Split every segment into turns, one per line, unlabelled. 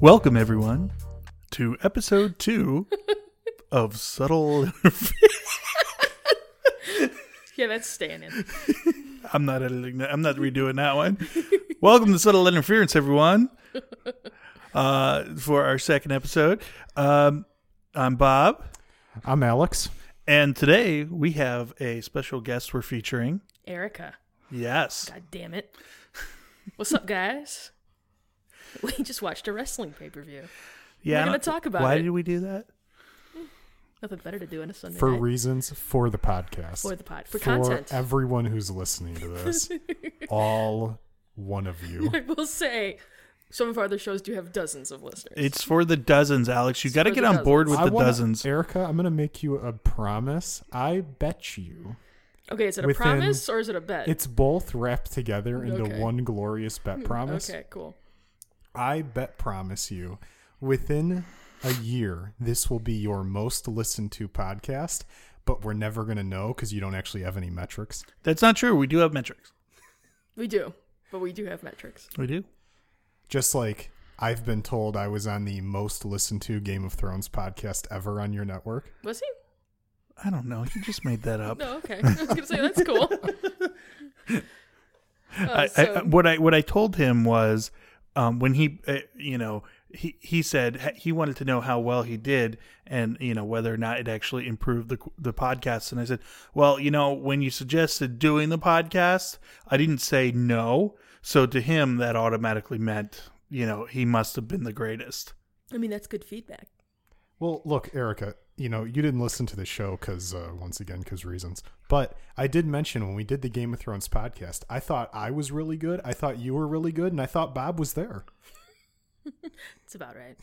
Welcome, everyone, to episode two of Subtle Interference.
Yeah, that's staying in.
I'm not editing that. I'm not redoing that one. Welcome to Subtle Interference, everyone, uh, for our second episode. Um, I'm Bob,
I'm Alex.
and today we have a special guest we're featuring.
Erica.
Yes.
God damn it. What's up, guys? We just watched a wrestling pay per view.
Yeah.
We're gonna
I don't-
talk about
Why
it.
did we do that?
Nothing better to do on a Sunday
For
night.
reasons for the podcast.
For the pod- for content.
everyone who's listening to this. all one of you.
I will say, some of our other shows do have dozens of listeners.
It's for the dozens, Alex. You got to
for
get
the
on board
dozens.
with
I
the
wanna-
dozens.
Erica, I'm gonna make you a promise. I bet you
okay, is it a
within-
promise or is it a bet?
it's both wrapped together into
Okay.
one glorious bet promise.
Okay, cool.
I bet promise you within a year this will be your most listened to podcast, but we're never gonna know because you don't actually have any metrics.
That's not true. We do have metrics.
We do, but we do have metrics.
We do.
Just like I've been told I was on the most listened to Game of Thrones podcast ever on your network.
Was he?
I don't know. You just made that up.
No, okay. I was gonna say that's cool. Uh,
I, I,
so-
what I what I told him was um, when he uh, you know he he said h- he wanted to know how well he did and you know whether or not it actually improved the the podcast and I said well you know when you suggested doing the podcast I didn't say no so to him that automatically meant you know he must have been the greatest
I mean, that's good feedback.
Well, look, Erica, you know, you didn't listen to the show because, uh, once again, because reasons. But I did mention when we did the Game of Thrones podcast, I thought I was really good. I thought you were really good. And I thought Bob was there.
It's about right.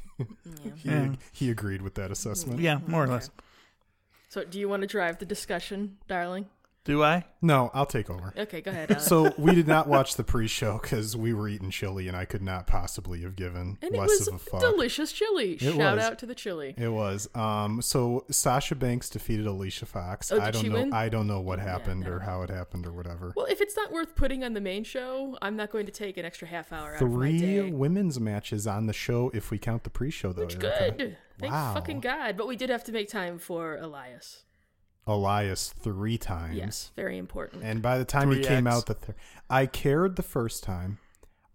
He,
Yeah.
he agreed with that assessment.
yeah more or less
So, do you want to drive the discussion, darling?
do I
No, I'll take over.
Okay, go ahead. Alex.
So we did not watch the pre show because we were eating chili and I could not possibly have given
and it
less
was
of a fuck.
delicious chili. Shout
was.
out to the chili.
It was. Um, so Sasha Banks defeated Alicia Fox.
Oh, did
I don't
she
know.
win?
I don't know what happened or how it happened or whatever.
Well, if it's not worth putting on the main show, I'm not going to take an extra half hour out of my
Three
day.
women's matches on the show if we count the pre-show though.
Which
Erica.
good. Thank
Wow.
fucking God. But we did have to make time for Elias.
Elias three times.
Yes, very important.
And by the time he
Three
came
X.
out the third I cared the first time.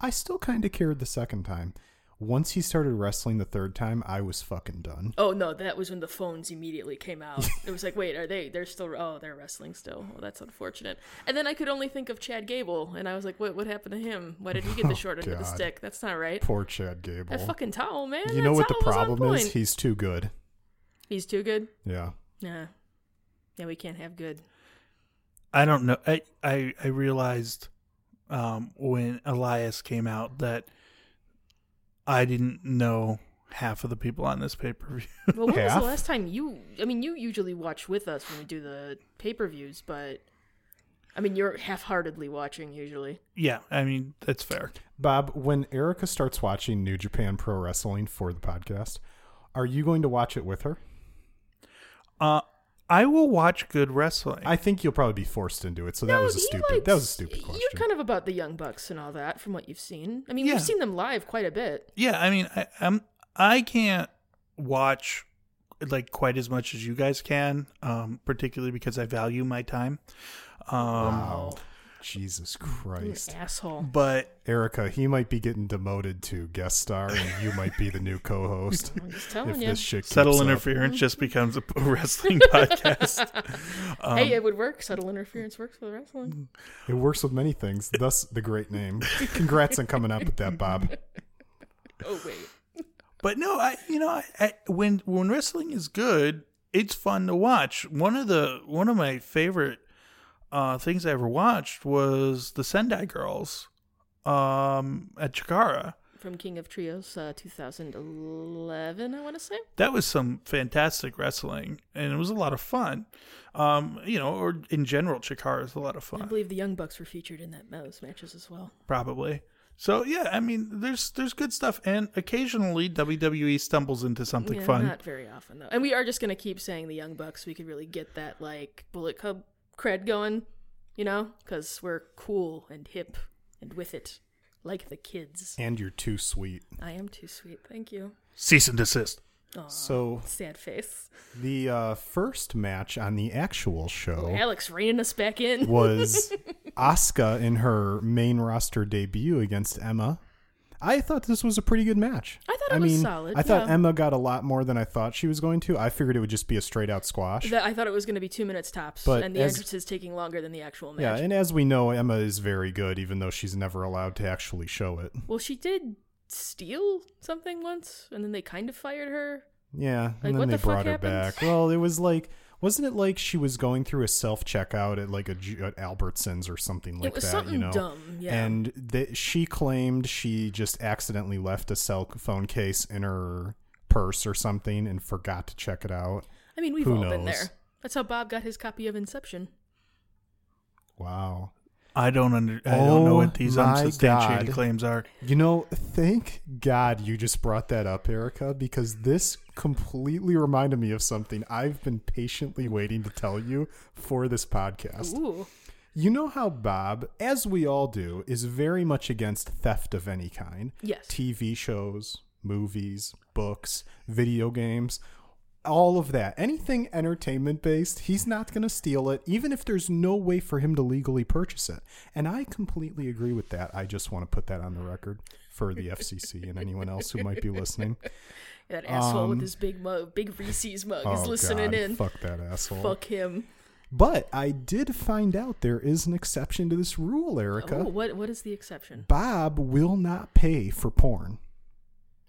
I still kind of cared the second time. Once he started wrestling the third time, I was fucking done.
oh no, that was when the phones immediately came out. it was like, wait, are they? They're still? Oh, they're wrestling still. Well, that's unfortunate. And then I could only think of Chad Gable, and I was like, what? What happened to him? Why did he get the
Oh,
short end of the
God.
stick? That's not right.
Poor Chad Gable.
That fucking towel, man.
you
that
know what the
towel was on
problem is?
point.
He's too good.
He's too good.
Yeah.
Yeah. Yeah, we can't have good.
I don't know I I, I realized um, when Elias came out that I didn't know half of the people on this pay per view.
Well, when was
Half?
the last time you? I mean, you usually watch with us when we do the pay per views, but I mean, you're half heartedly watching usually.
Yeah, I mean that's fair.
Bob, when Erica starts watching New Japan Pro Wrestling for the podcast, are you going to watch it with her?
Uh, I will watch good wrestling.
I think you'll probably be forced into it. So that was a
he
stupid.
likes-
that was a stupid question.
You're kind of about the Young Bucks and all that from what you've seen. I mean,
Yeah.
we've seen them live quite a bit.
yeah, I mean I, I'm I can't watch like quite as much as you guys can, um, particularly because I value my time. Um,
wow. Jesus
You
Christ,
asshole.
but
Erica, he might be getting demoted to guest star, and you might be the new co-host.
I'm just
if
telling you.
this shit keeps
subtle
up.
interference just becomes a wrestling podcast.
um,
hey, it would work. Subtle interference works for wrestling.
it works with many things. Thus, the great name. Congrats on coming up with that, Bob.
Oh wait.
But no, I you know I, I, when when wrestling is good, it's fun to watch. One of the one of my favorite uh, things I ever watched was the Sendai Girls um, at Chikara.
From King of Trios, uh, 2011, I want to say.
That was some fantastic wrestling, and it was a lot of fun. Um, you know, or in general, Chikara is a lot of
I
fun,
believe the Young Bucks were featured in that those matches as well.
probably. So yeah, I mean, there's there's good stuff, and occasionally WWE stumbles into something
yeah,
fun.
Not very often though. And we are just gonna keep saying the Young Bucks. We could really get that like Bullet Club cred going, you know, because we're cool and hip and with it. Like the kids.
And you're too sweet.
I am too sweet. Thank you.
Cease and desist.
Aw,
So
sad face.
the uh, first match on the actual show
Alex reining us back in.
was Asuka in her main roster debut against Emma. I thought this was a pretty good match.
I thought it was solid,
I thought
yeah.
Emma got a lot more than I thought she was going to. I figured it would just be a straight out squash.
That I thought it was going to be two minutes tops,
But
and the
as-
entrance is taking longer than the actual match.
yeah, and as we know, Emma is very good, even though she's never allowed to actually show it.
well, she did steal something once, and then they kind of fired her.
Yeah,
Like,
and
what
then they
the fuck
brought her
happened?
back. Well, it was like, wasn't it like she was going through a self checkout at like a Ju- at Albertsons or something like
was
that? you
something
know,
dumb, yeah.
And that she claimed she just accidentally left a cell phone case in her purse or something and forgot to check it out.
I mean, we've
Who
all been
knows?
there. That's how Bob got his copy of Inception.
Wow.
I don't under, I don't know
Oh
what these
my
unsubstantiated
God.
claims are.
You know, thank God you just brought that up, Erica, because this completely reminded me of something I've been patiently waiting to tell you for this podcast.
Ooh,
You know how Bob, as we all do, is very much against theft of any kind
yes.
TV shows, movies, books, video games, all of that. Anything entertainment based, he's not going to steal it, even if there's no way for him to legally purchase it. And I completely agree with that. I just want to put that on the record for the FCC and anyone else who might be listening.
that asshole
um,
with his big mug, big Reese's mug, is
Oh,
listening
God,
in.
Fuck that asshole.
Fuck him.
But I did find out there is an exception to this rule, Erica.
Oh, what what is the exception?
Bob will not pay for porn.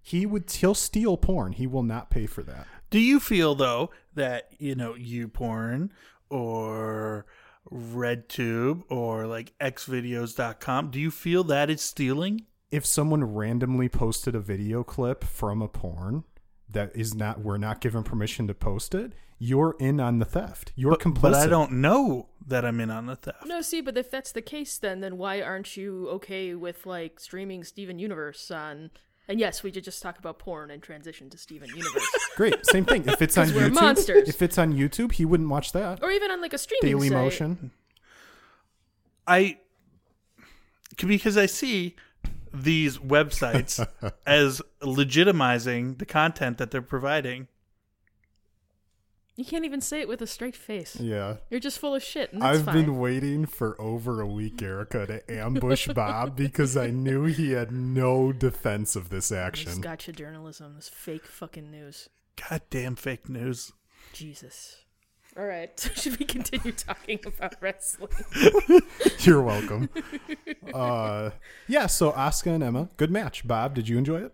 He would he'll steal porn. He will not pay for that.
Do you feel though that you know you porn or RedTube or like xvideos.com do you feel that it's stealing?
If someone randomly posted a video clip from a porn that is not we're not given permission to post it, you're in on the theft. You're
but,
complicit.
but I don't know that I'm in on the theft.
No, see, but if that's the case, then then why aren't you okay with like streaming Steven Universe on? And yes, we did just talk about porn and transition to Steven Universe,
Great. Same thing. If it's on
'Cause we're
YouTube,
monsters.
if it's on YouTube, he wouldn't watch that.
or even on like a streaming
Daily
site.
Motion.
I because I see these websites as legitimizing the content that they're providing.
You can't even say it with a straight face.
Yeah.
You're just full of shit, and that's
I've
fine.
been waiting for over a week, Erica, to ambush Bob because I knew he had no defense of this
this
action.
gotcha journalism, this fake fucking news.
Goddamn fake news.
Jesus. All right, should we continue talking about wrestling?
You're welcome. uh, yeah, so Asuka and Emma, good match. Bob, did you enjoy it?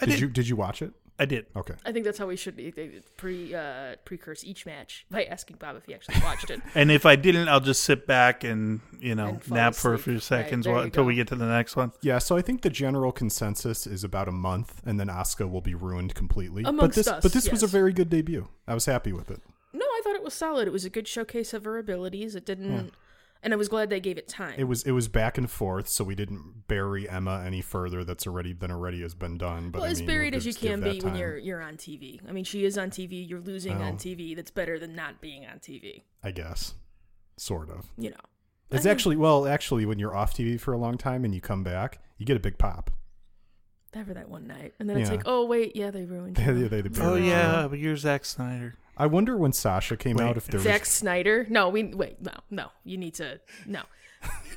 I
did
did.
you did you watch it?
I did.
Okay.
I think that's how we should be they- pre uh, precurse each match by asking Bob if he actually watched it.
And if I didn't, I'll just sit back and you know
And fall
nap for a
asleep.
few seconds
Right, there
while,
you
until we
go.
get to the next one.
Yeah, so I think the general consensus is about a month and then Asuka will be ruined completely. but
Amongst
this
us,
but this was a
yes.
very good debut. I was happy with it.
No, I thought it was solid. It was a good showcase of her abilities. It didn't, and I was glad they gave it time.
It was it was back and forth, so we didn't bury Emma any further that's already than already has been done. But
well,
I
as
mean,
buried
we'll
as you
just give
can
that
be when
time.
you're you're on TV. I mean, she is on TV. You're losing
Oh.
on TV. That's better than not being on TV.
I guess. Sort of.
You know.
It's actually well, actually when you're off TV for a long time and you come back, you get a big pop.
Never that one night, and then it's
Yeah.
like, oh wait, yeah, they ruined.
They-
you.
they- they
Oh
buried her.
yeah, but you're Zack Snyder.
I wonder when Sasha came
Wait.
out if there
Zack
was
Snyder. No, we wait. No, no. You need to no.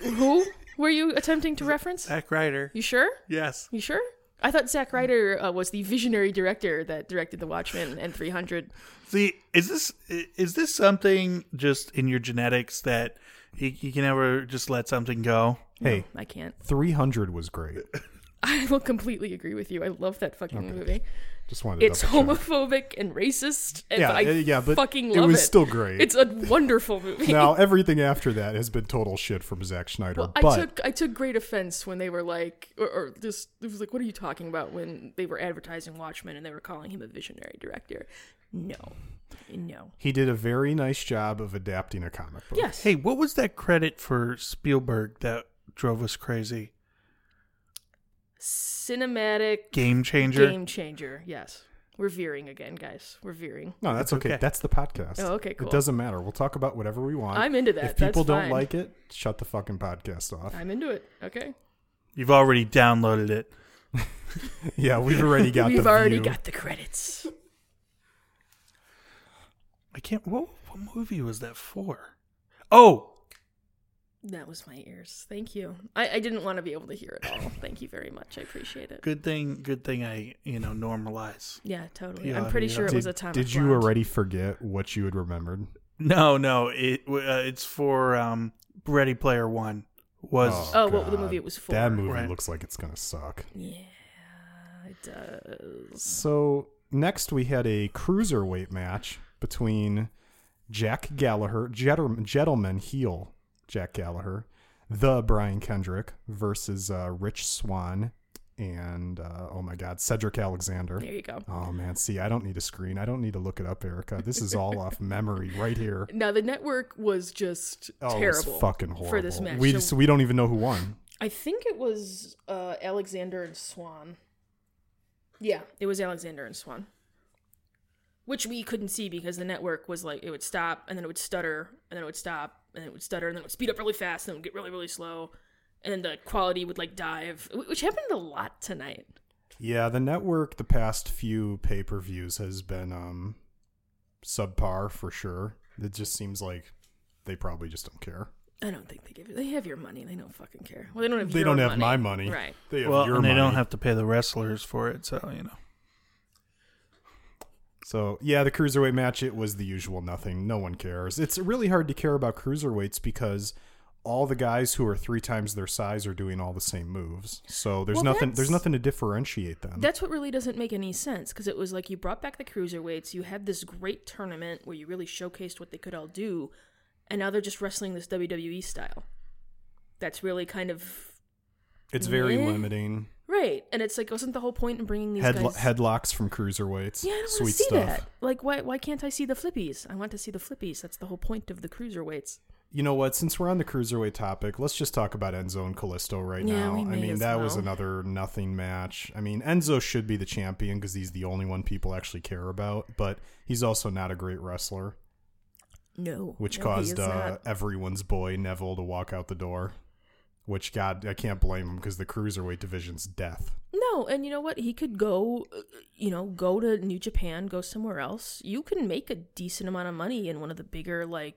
Who were you attempting to reference?
Zack Ryder.
You sure?
Yes.
You sure? I thought Zack Ryder uh, was the visionary director that directed The Watchmen and 300.
See, is this i- is this something just in your genetics that you, you can never just let something go?
Hey,
I can't.
300 was great.
I will completely agree with you. I love that fucking movie.
Just wanted to
It's
double check.
homophobic and racist. And
Yeah,
I
uh, yeah, but
fucking
it
love
was still great.
It's a wonderful movie.
Now, everything after that has been total shit from Zack Schneider,
Well, I
but
took I took great offense when they were like, or, or this it was like, what are you talking about? When they were advertising Watchmen and they were calling him a visionary director. No, no.
he did a very nice job of adapting a comic book.
Yes.
Hey, what was that credit for Spielberg that drove us crazy?
Cinematic
Game changer.
game changer. Yes. We're veering again, guys. We're veering.
No, that's okay.
okay.
That's the podcast.
Oh, okay, cool.
It doesn't matter. We'll talk about whatever we want.
I'm into that.
If people
That's fine.
don't like it, shut the fucking podcast off.
I'm into it. Okay.
You've already downloaded it.
Yeah, we've already got.
We've
the
already
view.
got the credits.
I can't. What, what movie was that for? Oh,
That was my ears. Thank you. I, I didn't want to be able to hear it all. Thank you very much. I appreciate it.
good thing. Good thing I you know normalize.
Yeah, totally.
Yeah,
I'm pretty
yeah.
sure it
Did,
was a time.
did you already forget what you had remembered?
No, no. It uh, it's for um, Ready Player One. Was
Oh, what the movie it was for.
That movie
Right.
looks like it's gonna suck.
Yeah, it does.
So next we had a cruiserweight match between Jack Gallagher, Jetter- gentleman heel Jack Gallagher, the Brian Kendrick versus uh, Rich Swan and uh, oh my God, Cedric Alexander.
There you go.
Oh man, see, I don't need a screen. I don't need to look it up, Erica. This is all off memory right here.
Now the network was just
Oh, it's
terrible.
fucking horrible.
for this match.
We
So-
just, we don't even know who won.
I think it was uh, Alexander and Swan. Yeah, it was Alexander and Swan. Which we couldn't see because the network was like it would stop and then it would stutter and then it would stop and then it would stutter and then it would speed up really fast and then it would get really really slow and then the quality would like dive, wh- which happened a lot tonight.
Yeah, the network the past few pay per views has been um subpar for sure. It just seems like they probably just don't care.
I don't think they give you. They have your money. They don't fucking care. Well, they don't have.
They
your
don't have
money.
my money.
Right.
They have
well,
your
and they
money.
don't have to pay the wrestlers for it, so you know.
So yeah, the cruiserweight match it was the usual nothing. No one cares. It's really hard to care about cruiserweights because all the guys who are three times their size are doing all the same moves. So there's
Well,
nothing
that's-
there's nothing to differentiate them.
That's what really doesn't make any sense because it was like you brought back the cruiserweights, you had this great tournament where you really showcased what they could all do, and now they're just wrestling this WWE style. That's really kind of
It's very
Yeah.
limiting.
right, and it's like wasn't the whole point in bringing these
Head,
guys?
headlocks from cruiserweights.
yeah, I don't want
Sweet
to see
stuff.
that. Like, why why can't I see the flippies? I want to see the flippies. That's the whole point of the cruiserweights.
You know what? Since we're on the cruiserweight topic, let's just talk about Enzo and Callisto right
Yeah,
now.
we
I
may
mean,
as
that was
well.
another nothing match. I mean, Enzo should be the champion because he's the only one people actually care about, but he's also not a great wrestler,
No,
which
no, he is
caused uh,
not.
everyone's boy Neville to walk out the door. Which, God, I can't blame him because the cruiserweight division's death.
No, and you know what? He could go, uh, you know, go to New Japan, go somewhere else. You can make a decent amount of money in one of the bigger like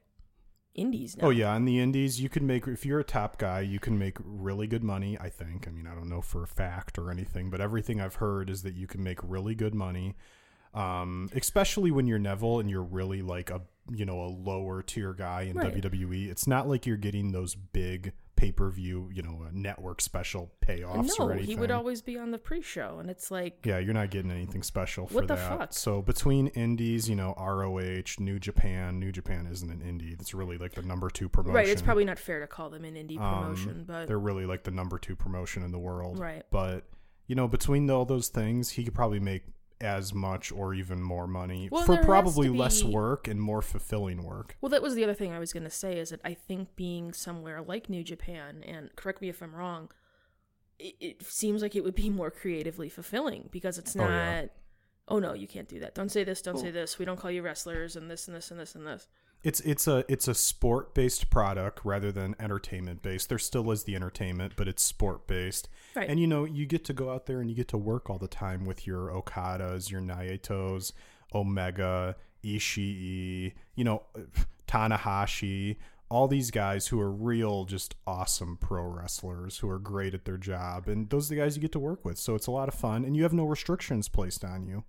indies now.
Oh yeah, in the indies, you can make if you're a top guy, you can make really good money. I think. I mean, I don't know for a fact or anything, but everything I've heard is that you can make really good money, um, especially when you're Neville and you're really like a you know a lower tier guy in
Right.
WWE. It's not like you're getting those big pay per view, you know, uh, network special payoffs
no,
or anything.
he would always be on the pre-show, and it's like,
Yeah, you're not getting anything special for
What the
that.
fuck?
So between indies, you know, ROH, New Japan, New Japan isn't an indie. That's really like the number two promotion.
right? It's probably not fair to call them an indie
Um,
promotion, but
they're really like the number two promotion in the world.
Right.
But you know, between all those things, he could probably make as much or even more money
Well,
for
there has
probably
to
less
be-
work and more fulfilling work.
well, that was the other thing I was gonna say is that I think being somewhere like New Japan, and correct me if I'm wrong, it, it seems like it would be more creatively fulfilling because it's
Oh,
not.
yeah.
Oh no, you can't do that. Don't say this. Don't say this. We don't call you wrestlers, and this and this and this and this.
It's it's a it's a sport based product rather than entertainment based. There still is the entertainment, but it's sport based.
Right.
And you know, you get to go out there and you get to work all the time with your Okadas, your Naito's, Omega, Ishii, you know, Tanahashi, all these guys who are real, just awesome pro wrestlers who are great at their job. And those are the guys you get to work with. So it's a lot of fun. And you have no restrictions placed on you.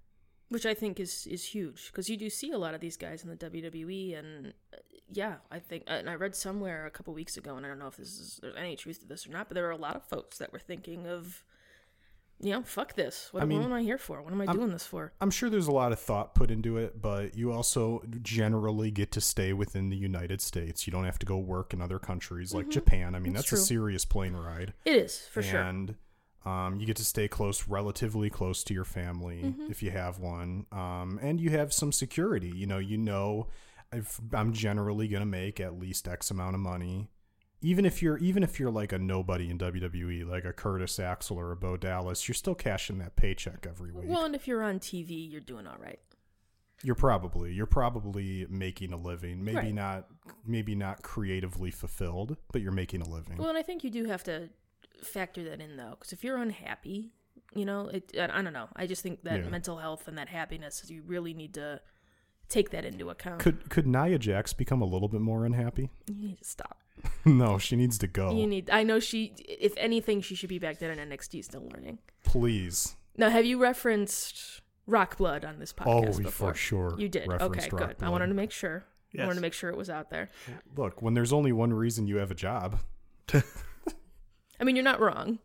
which I think is is huge because you do see a lot of these guys in the WWE, and uh, yeah, I think, and I read somewhere a couple weeks ago, and I don't know if this is there's any truth to this or not, but there were a lot of folks that were thinking of, you know, fuck this. What,
I mean,
what am I here for? What am I doing this for?
I'm sure there's a lot of thought put into it, but you also generally get to stay within the United States. You don't have to go work in other countries like Japan. I
Mm-hmm.
mean,
That's
that's, a
true.
serious plane ride.
It is for sure.
and um, you get to stay close, relatively close to your family
Mm-hmm.
if you have one, um, and you have some security. You know, you know, if I'm generally going to make at least X amount of money, even if you're even if you're like a nobody in WWE, like a Curtis Axel or a Bo Dallas, you're still cashing that paycheck every week.
Well, and if you're on TV, you're doing all right.
You're probably you're probably making a living. Maybe
Right.
not maybe not creatively fulfilled, but you're making a living.
Well, and I think you do have to factor that in though, because if you're unhappy, you know, it. I, I don't know. I just think that
Yeah.
mental health and that happiness, you really need to take that into account.
Could could Nia Jax become a little bit more unhappy?
you need to stop.
no, she needs to go.
You need. I know she. If anything, she should be back down in NXT, still learning.
Please.
Now, have you referenced Rock Blood on this
Oh,
podcast
we
before?
for sure.
You did. Okay,
referenced
good.
Rock
I
Blood.
wanted to make sure. I
Yes.
wanted to make sure it was out there.
Look, when there's only one reason you have a job,
I mean, you're not wrong.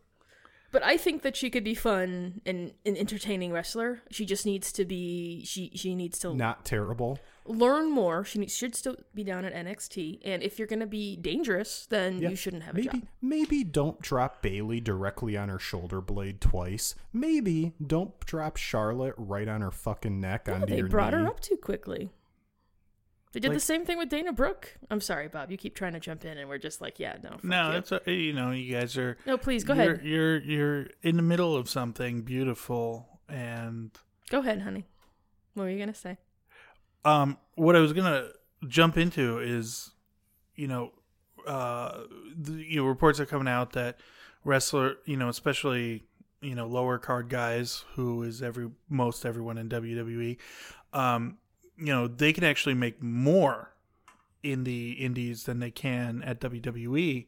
But I think that she could be fun and an entertaining wrestler. She just needs to be she she needs to
not terrible.
learn more. She needs, should still be down at NXT. And if you're going to be dangerous, then
Yeah.
you shouldn't have a
maybe,
job.
Maybe don't drop Bailey directly on her shoulder blade twice. Maybe don't drop Charlotte right on her fucking neck
No,
onto
they
your
brought
knee.
her up too quickly. They did the
Like-
same thing with Dana Brooke. I'm sorry, Bob. You keep trying to jump in, and we're just like, yeah, no. fuck
No,
you.
it's a, you know you guys are.
no. Please go
you're,
ahead.
You're you're in the middle of something beautiful, and
Go ahead, honey. What were you gonna say?
um, what I was gonna jump into is, you know, uh, the, you know reports are coming out that wrestler, you know, especially you know lower card guys who is every most everyone in WWE, um, you know, they can actually make more in the indies than they can at WWE.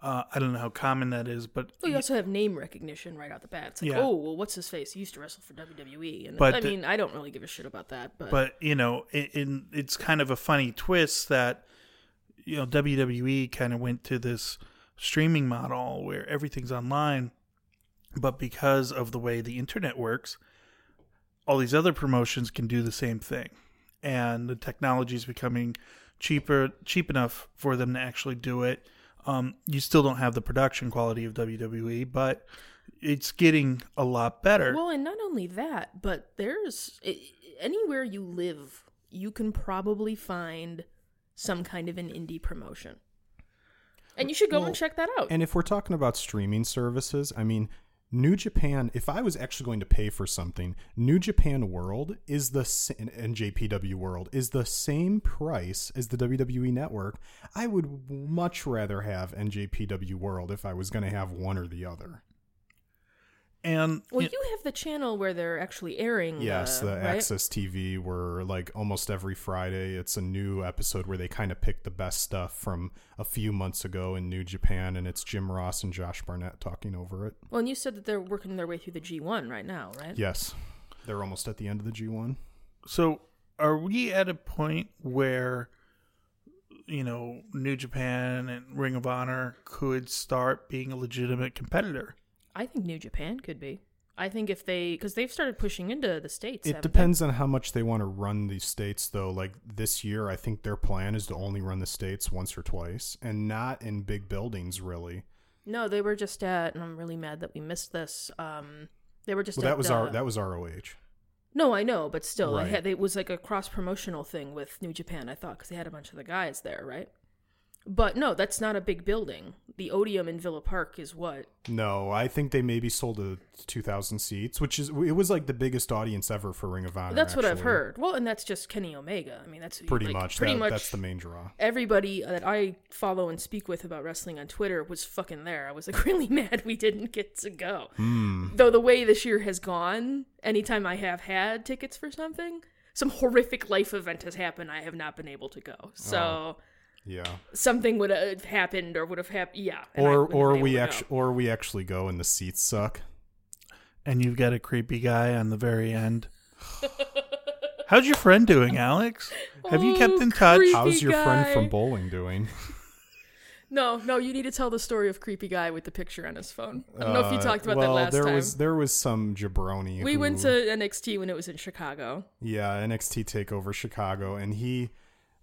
Uh, I don't know how common that is, but
Well, Oh, you also have name recognition right out the bat. It's like,
Yeah.
oh, well, what's his face? He used to wrestle for WWE, and
But
I
the-
mean, I don't really give a shit about that. But,
but you know, in, in it's kind of a funny twist that you know WWE kind of went to this streaming model where everything's online, but because of the way the internet works, all these other promotions can do the same thing, and the technology is becoming cheaper, cheap enough for them to actually do it. Um, you still don't have the production quality of WWE, but it's getting a lot better.
well, and not only that, but there's i- anywhere you live, you can probably find some kind of an indie promotion, and you should go
Well,
and check that out.
And if we're talking about streaming services, I mean, New Japan, if I was actually going to pay for something, New Japan World is the sa- and- and JPW World is the same price as the WWE network. I would much rather have NJPW World if I was going to have one or the other.
and
well, you have the channel where they're actually airing.
Yes,
uh,
the
right?
Access TV where like almost every Friday it's a new episode where they kind of pick the best stuff from a few months ago in New Japan and it's Jim Ross and Josh Barnett talking over it.
Well, and you said that they're working their way through the G1 right now, right?
Yes. They're almost at the end of the G1.
so are we at a point where you know new japan and ring of honor could start being a legitimate competitor
I think New Japan could be. I think if they, because they've started pushing into the states.
It
haven't they?
depends on how much they want to run these states, though. Like this year, I think their plan is to only run the states once or twice and not in big buildings, really.
No, they were just at, and I'm really mad that we missed this. Um, they were just.
well, that
at,
was
uh,
our that was ROH.
No, I know, but still, I
Right.
had, it was like a cross promotional thing with New Japan. I thought because they had a bunch of the guys there, right? But no, that's not a big building. The Odeum in Villa Park is what.
No, I think they maybe sold a two thousand seats, which is it was like the biggest audience ever for Ring of Honor.
that's what I've
actually.
heard. Well, and that's just Kenny Omega. I mean, that's who you-
Pretty
like,
much.
Pretty
that,
much.
That's the main draw.
Everybody that I follow and speak with about wrestling on Twitter was fucking there. I was like really mad we didn't get to go.
Hmm.
Though the way this year has gone, anytime I have had tickets for something, some horrific life event has happened. I have not been able to go. So
Uh-huh. Yeah.
something would have happened or would have happened. Yeah. and I
Or
wouldn't have
or
been
we
able to
actually
go.
or we actually go and the seats suck.
and you've got a creepy guy on the very end how's your friend doing alex have you kept
Oh,
in touch
creep.
How's your friend
guy.
from bowling doing?
No, no, you need to tell the story of creepy guy with the picture on his phone. I don't know if you
Uh,
talked about
well,
that last
there
time.
was there was some jabroni.
we
who-
went to NXT when it was in Chicago.
yeah NXT Takeover Chicago, and he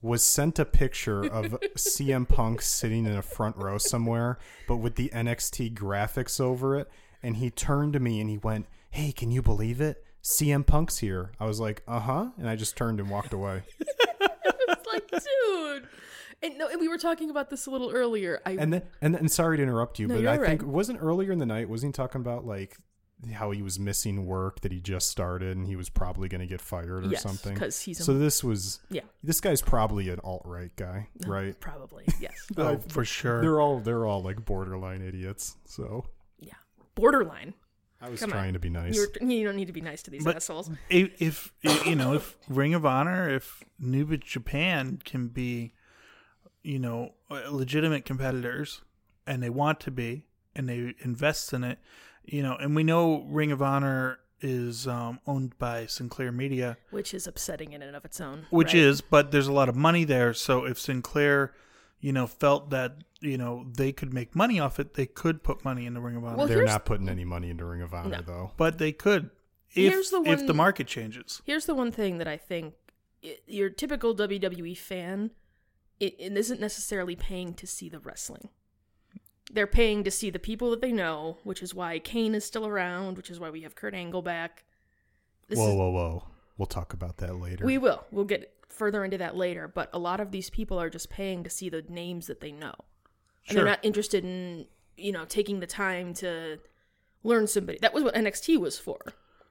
was sent a picture of CM Punk sitting in a front row somewhere, but with the NXT graphics over it. And he turned to me and he went, "Hey, can you believe it? CM Punk's here." I was like, "Uh huh," and I just turned and walked away.
It's like, dude. And no, and we were talking about this a little earlier. I
And then, and then, sorry to interrupt you,
No,
but
you're
I
all
think
right.
wasn't earlier in the night. Wasn't he talking about like how he was missing work that he just started and he was probably going to get fired or
yes,
something.
because he's a,
So this was
yeah,
this guy's probably an alt right guy, right?
probably yes,
Oh,
I've-
for sure.
They're all they're all like borderline idiots. So
yeah, borderline.
I was
Come on.
trying to be nice.
You're, you don't need to be nice to these
But-
assholes.
if, if you know if Ring of Honor, if New Japan can be, you know, legitimate competitors, and they want to be, and they invest in it, you know, and we know Ring of Honor is um, owned by Sinclair Media,
which is upsetting in and of its own.
which
right?
is, but there's a lot of money there. So if Sinclair, you know, felt that you know they could make money off it, they could put money in the Ring of Honor,
Well,
they're
Oh, here's-
not putting any money into Ring of Honor
No.
though.
but they could if
Here's the
if
one-
the market changes.
Here's the one thing that I think i your typical WWE fan it, it isn't necessarily paying to see the wrestling. They're paying to see the people that they know, which is why Kane is still around, which is why we have Kurt Angle back. This
whoa,
is-
whoa, whoa! We'll talk about that later.
We will. We'll get further into that later, but a lot of these people are just paying to see the names that they know. And
Sure.
they're not interested in, you know, taking the time to learn somebody. That was what NXT was for.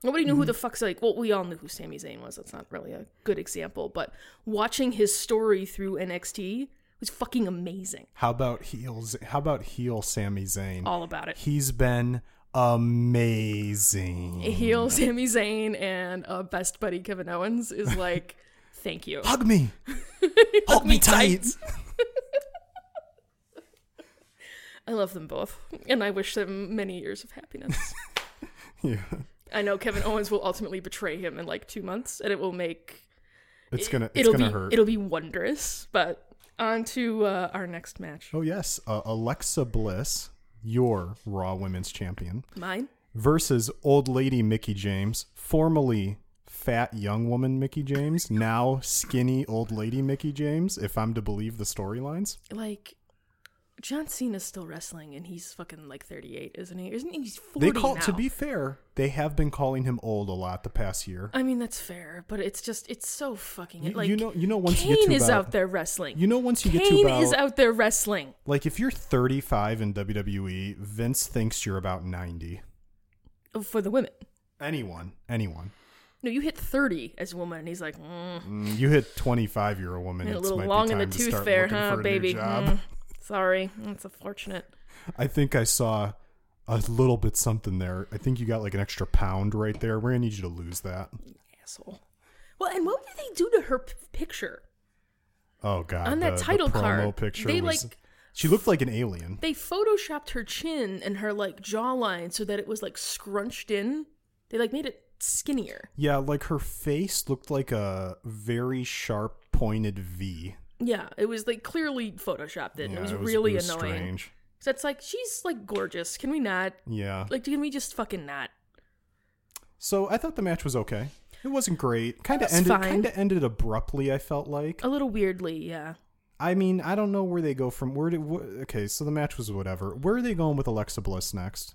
Nobody knew who the fuck's like. Well, we all knew who Sami Zayn was. That's not really a good example, but watching his story through NXT was fucking amazing.
How about heels? How about heel Sami Zayn?
All about it.
He's been amazing.
Heel Sami Zayn and uh, best buddy Kevin Owens is like, thank you.
Hug me, hug me tight.
I love them both, and I wish them many years of happiness.
yeah,
I know Kevin Owens will ultimately betray him in like two months, and it will make
it's gonna it's
it'll
gonna
be
hurt.
it'll be wondrous. But on to uh, our next match.
Oh yes, uh, Alexa Bliss, your Raw Women's Champion,
Mine.
versus old lady Mickey James, formerly fat young woman Mickey James, now skinny old lady Mickey James. If I'm to believe the storylines,
Like John Cena's still wrestling, and he's fucking like thirty eight, isn't he? Isn't he? He's forty
they call
now.
to be fair, they have been calling him old a lot the past year.
I mean, that's fair, but it's just it's so fucking.
You-
like
you know- you know once
Kane
you get to
is
about-
out there wrestling.
You know, once you
Kane
get to about
is out there wrestling.
Like if you're 35 in WWE, Vince thinks you're about 90.
Oh, for the women.
Anyone, anyone.
No, you hit thirty as a woman, and he's like, mm,
Mm, You hit 25 year old woman.
a
it's
little
might be
long in the
time to
tooth
start
there,
looking
huh,
for a new
baby?
job.
Mm, sorry, that's unfortunate.
I think I saw a little bit something there. I think you got like an extra pound right there. We're gonna need you to lose that.
asshole. Well, and what did they do to her p- picture?
Oh god.
On that
the- the
title
promo
card,
picture
they,
was-
like-
She looked like an alien.
They photoshopped her chin and her like jawline so that it was like scrunched in. They like made it skinnier.
Yeah, like her face looked like a very sharp pointed V.
Yeah, it was like clearly photoshopped in.
Yeah,
it, was really
it was
annoying.
Strange.
So it's like she's like gorgeous. Can we not?
Yeah.
Like, can we just fucking not?
So I thought the match was okay. It wasn't great. Kind of
was
ended.
fine.
Kind of ended abruptly. I felt like.
A little weirdly, yeah.
I mean, I don't know where they go from. Where did? Wh- okay, so the match was whatever. Where are they going with Alexa Bliss next?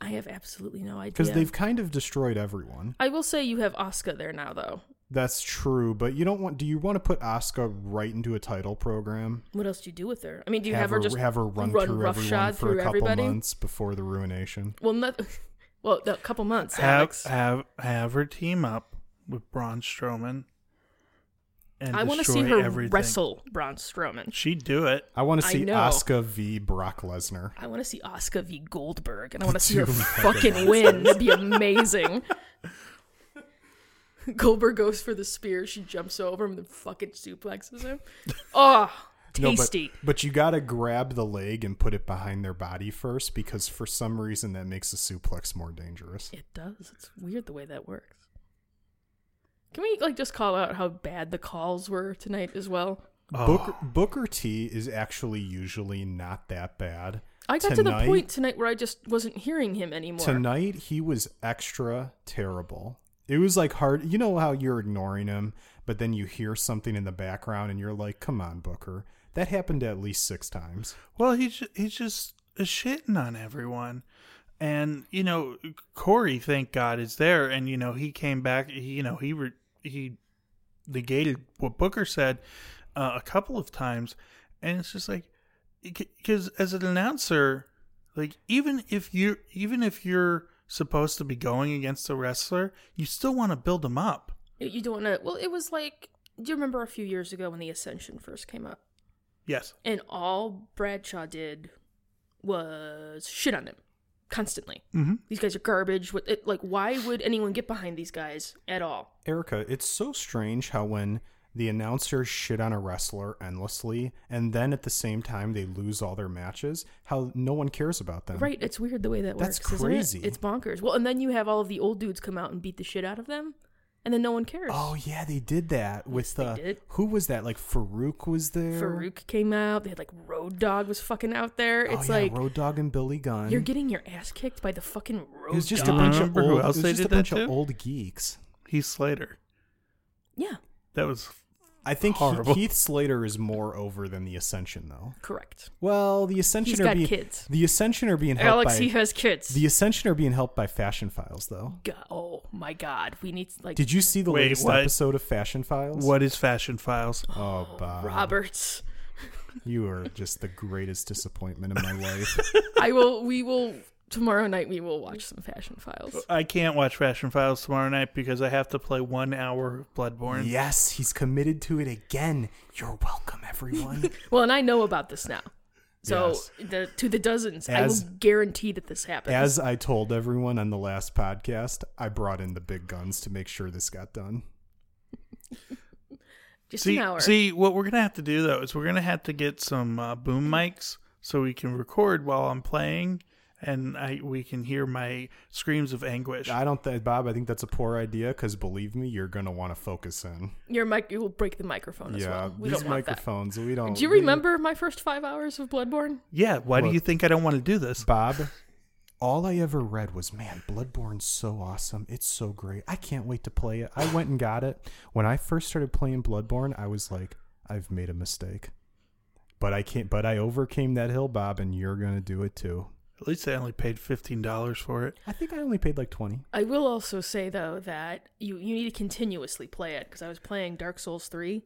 I have absolutely no idea.
Because they've kind of destroyed everyone.
I will say you have Oscar there now, though.
That's true, but you don't want. Do you want to put Asuka right into a title program?
What else do you do with her? I mean, do you have, her just
have her run, through everyone
roughshod
for
through
a couple
everybody?
months before the ruination?
Well, not. Well, a couple months.
have
Alex.
have have her team up with Braun Strowman. And
I want to see
destroy
her
everything.
wrestle Braun Strowman.
She'd do it.
I want to
I
see
know.
Asuka v Brock Lesnar.
I want to see Oscar v. Goldberg, and I want to see her
Dude,
fucking win. That'd be amazing. Goldberg goes for the spear. She jumps over him and then fucking suplexes him. Oh,
No, but-
tasty.
but, you gotta grab the leg and put it behind their body first because for some reason that makes a suplex more dangerous.
It does. It's weird the way that works. Can we like just call out how bad the calls were tonight as well?
Oh.
Booker, Booker T is actually usually not that bad.
I got to the
Tonight-
point tonight where I just wasn't hearing him anymore.
Tonight he was extra terrible. It was like hard. You know how you're ignoring him, but then you hear something in the background and you're like, "Come on, Booker." That happened at least six times.
Well, he's ju- he's just shitting on everyone, and you know Corey, thank God, is there, and you know he came back. He, you know he re- he negated what Booker said uh, a couple of times, and it's just like because as an announcer, like even if you even if you're supposed to be going against a wrestler, you still want to build him up.
You- You don't know. Well, it was like, do you remember a few years ago when the Ascension first came up?
Yes.
And all Bradshaw did was shit on them constantly.
Mm-hmm.
These guys are garbage. What, it, like, why would anyone get behind these guys at all?
Erica, it's so strange how when the announcers shit on a wrestler endlessly and then at the same time they lose all their matches, how no one cares about them.
Right? It's weird the way that works.
That's
isn't it?
crazy.
It's bonkers. Well, and then you have all of the old dudes come out and beat the shit out of them, and then no one cares.
Oh yeah, they did that
Yes,
with
they
the
did.
who was that? Like Farouk was there.
Farouk came out. They had like Road Dog was fucking out there.
Oh
It's
yeah,
like
Road Dog and Billy Gunn.
you're getting your ass kicked by the fucking Road.
it was just
Dogg.
a bunch of
Remember
old,
who else
it was
they
just
did
a bunch
that
of
to?
old geeks.
Heath Slater.
yeah,
That was
I think
Horrible.
he, Heath Slater is more over than the Ascension though.
correct.
Well, the Ascension
He's
are
got
being
kids.
the Ascension are being helped
Alex,
by
he has kids.
the Ascension are being helped by Fashion Files though.
Go- oh my god, we need like
Did you see the
Wait,
latest
what?
episode of Fashion Files?
what is Fashion Files.
Oh, Bob,
Roberts.
you are just the greatest disappointment in my life.
I will. We will tomorrow night. We will watch some Fashion Files.
I can't watch Fashion Files tomorrow night because I have to play one hour of Bloodborne.
yes, he's committed to it again. You're welcome, everyone.
Well, and I know about this now. So
Yes.
the to the dozens, I
As-
will guarantee that this happens.
As I told everyone on the last podcast, I brought in the big guns to make sure this got done.
Just
See,
an hour.
see, what we're gonna have to do though is we're gonna have to get some uh, boom mics so we can record while I'm playing, and I we can hear my screams of anguish.
I don't think, Bob, I think that's a poor idea because believe me, you're going to want to focus in.
Your mic, you will break the microphone as
yeah,
well. We
these
don't want
microphones, we don't.
that. Do you
we-
remember my first five hours of Bloodborne?
yeah, why do
Look.
you think I don't want to do this?
Bob, all I ever read was, man, Bloodborne's so awesome. It's so great. I can't wait to play it. I went and got it. When I first started playing Bloodborne, I was like, I've made a mistake. But I can't but I overcame that hill, Bob, and you're gonna do it too.
At least I only paid fifteen dollars for it.
I think I only paid like twenty.
I will also say though that you you need to continuously play it because I was playing Dark Souls three,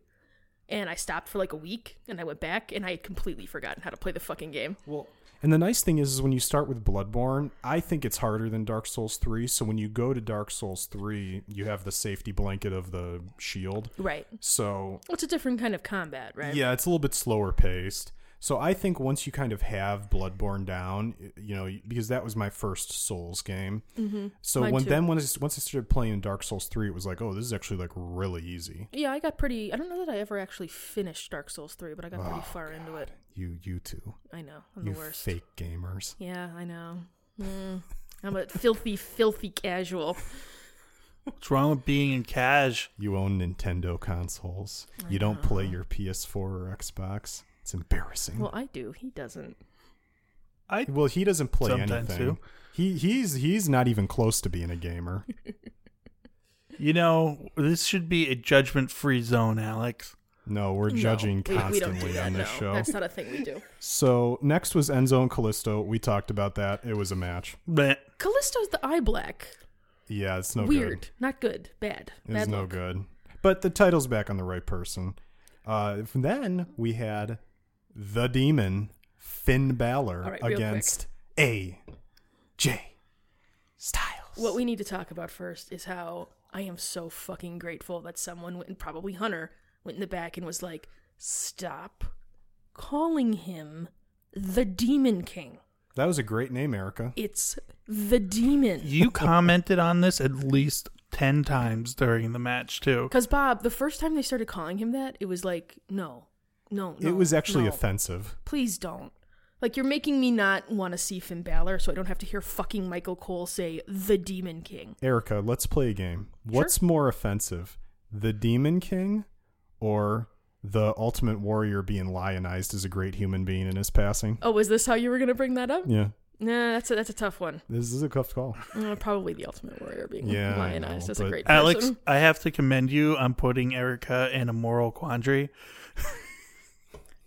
and I stopped for like a week, and I went back, and I had completely forgotten how to play the fucking game.
Well, and the nice thing is, is when you start with Bloodborne, I think it's harder than Dark Souls 3. So when you go to Dark Souls 3, you have the safety blanket of the shield.
Right.
So
Well, it's a different kind of combat, right?
Yeah, it's a little bit slower paced. So I think once you kind of have Bloodborne down, y- you know, because that was my first Souls game. Mm-hmm. So
Mine
when
too.
then when I, s- once I started playing Dark Souls three, it was like, oh, this is actually like really easy.
Yeah, I got pretty. I don't know that I ever actually finished Dark Souls three, but I got pretty far into it.
You you two,
I know, I'm
Oh, you
the worst.
fake gamers.
Yeah, I know. Mm. I'm a filthy, filthy casual.
What's wrong with being in cash?
You own Nintendo consoles. You don't play your PS4 or Xbox. It's embarrassing.
Uh-huh. Well,
Well,
I do. He doesn't.
I
he doesn't play
Sometimes
anything.
too.
He he's he's not even close to being a gamer.
you know this should be a judgment free zone, Alex.
No, we're
No,
judging
we- we don't
constantly
do that,
on this
no.
show.
That's not a thing we do.
So next was Enzo and Callisto. We talked about that. It was a match.
But
Callisto's the eye black.
Yeah, it's no
Weird.
good.
Not good. Bad.
It's
Bad
no
luck.
good. But the title's back on the right person. Uh, from then we had the Demon Finn Balor
All right, real
against A. J. Styles.
What we need to talk about first is how I am so fucking grateful that someone went, and probably Hunter, went in the back and was like, stop calling him the Demon King.
that was a great name, Erica.
It's the Demon.
you commented on this at least ten times during the match too.
Because, Bob, the first time they started calling him that, it was like, no, no, no.
it was actually
no.
offensive.
Please don't. Like, you're making me not want to see Finn Balor so I don't have to hear fucking Michael Cole say the Demon King.
Erica, let's play a game. What's more offensive, the Demon King, or the Ultimate Warrior being lionized as a great human being in his passing?
Oh, was this how you were going to bring that up?
Yeah.
Nah, that's a, that's a tough one.
This is a tough call.
Uh, probably the Ultimate Warrior being
Yeah, I
lionized
know,
as a
but-
great person.
Alex, I have to commend you on putting Erica in a moral quandary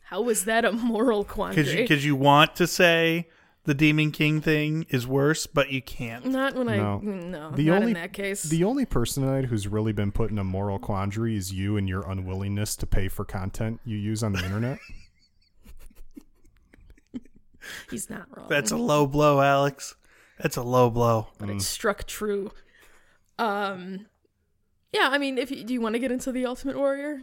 how was that a moral
because you,
quandary?
'cause you want to say the Demon King thing is worse, but you can't.
not when I
No.
mm, no,
The
not
only-
in that case.
The only person tonight who's really been put in a moral quandary is you and your unwillingness to pay for content you use on the internet.
He's not wrong.
That's a low blow, Alex. That's a low blow.
but
Mm.
it struck true. Um, yeah, I mean, if you, do you want to get into the Ultimate Warrior?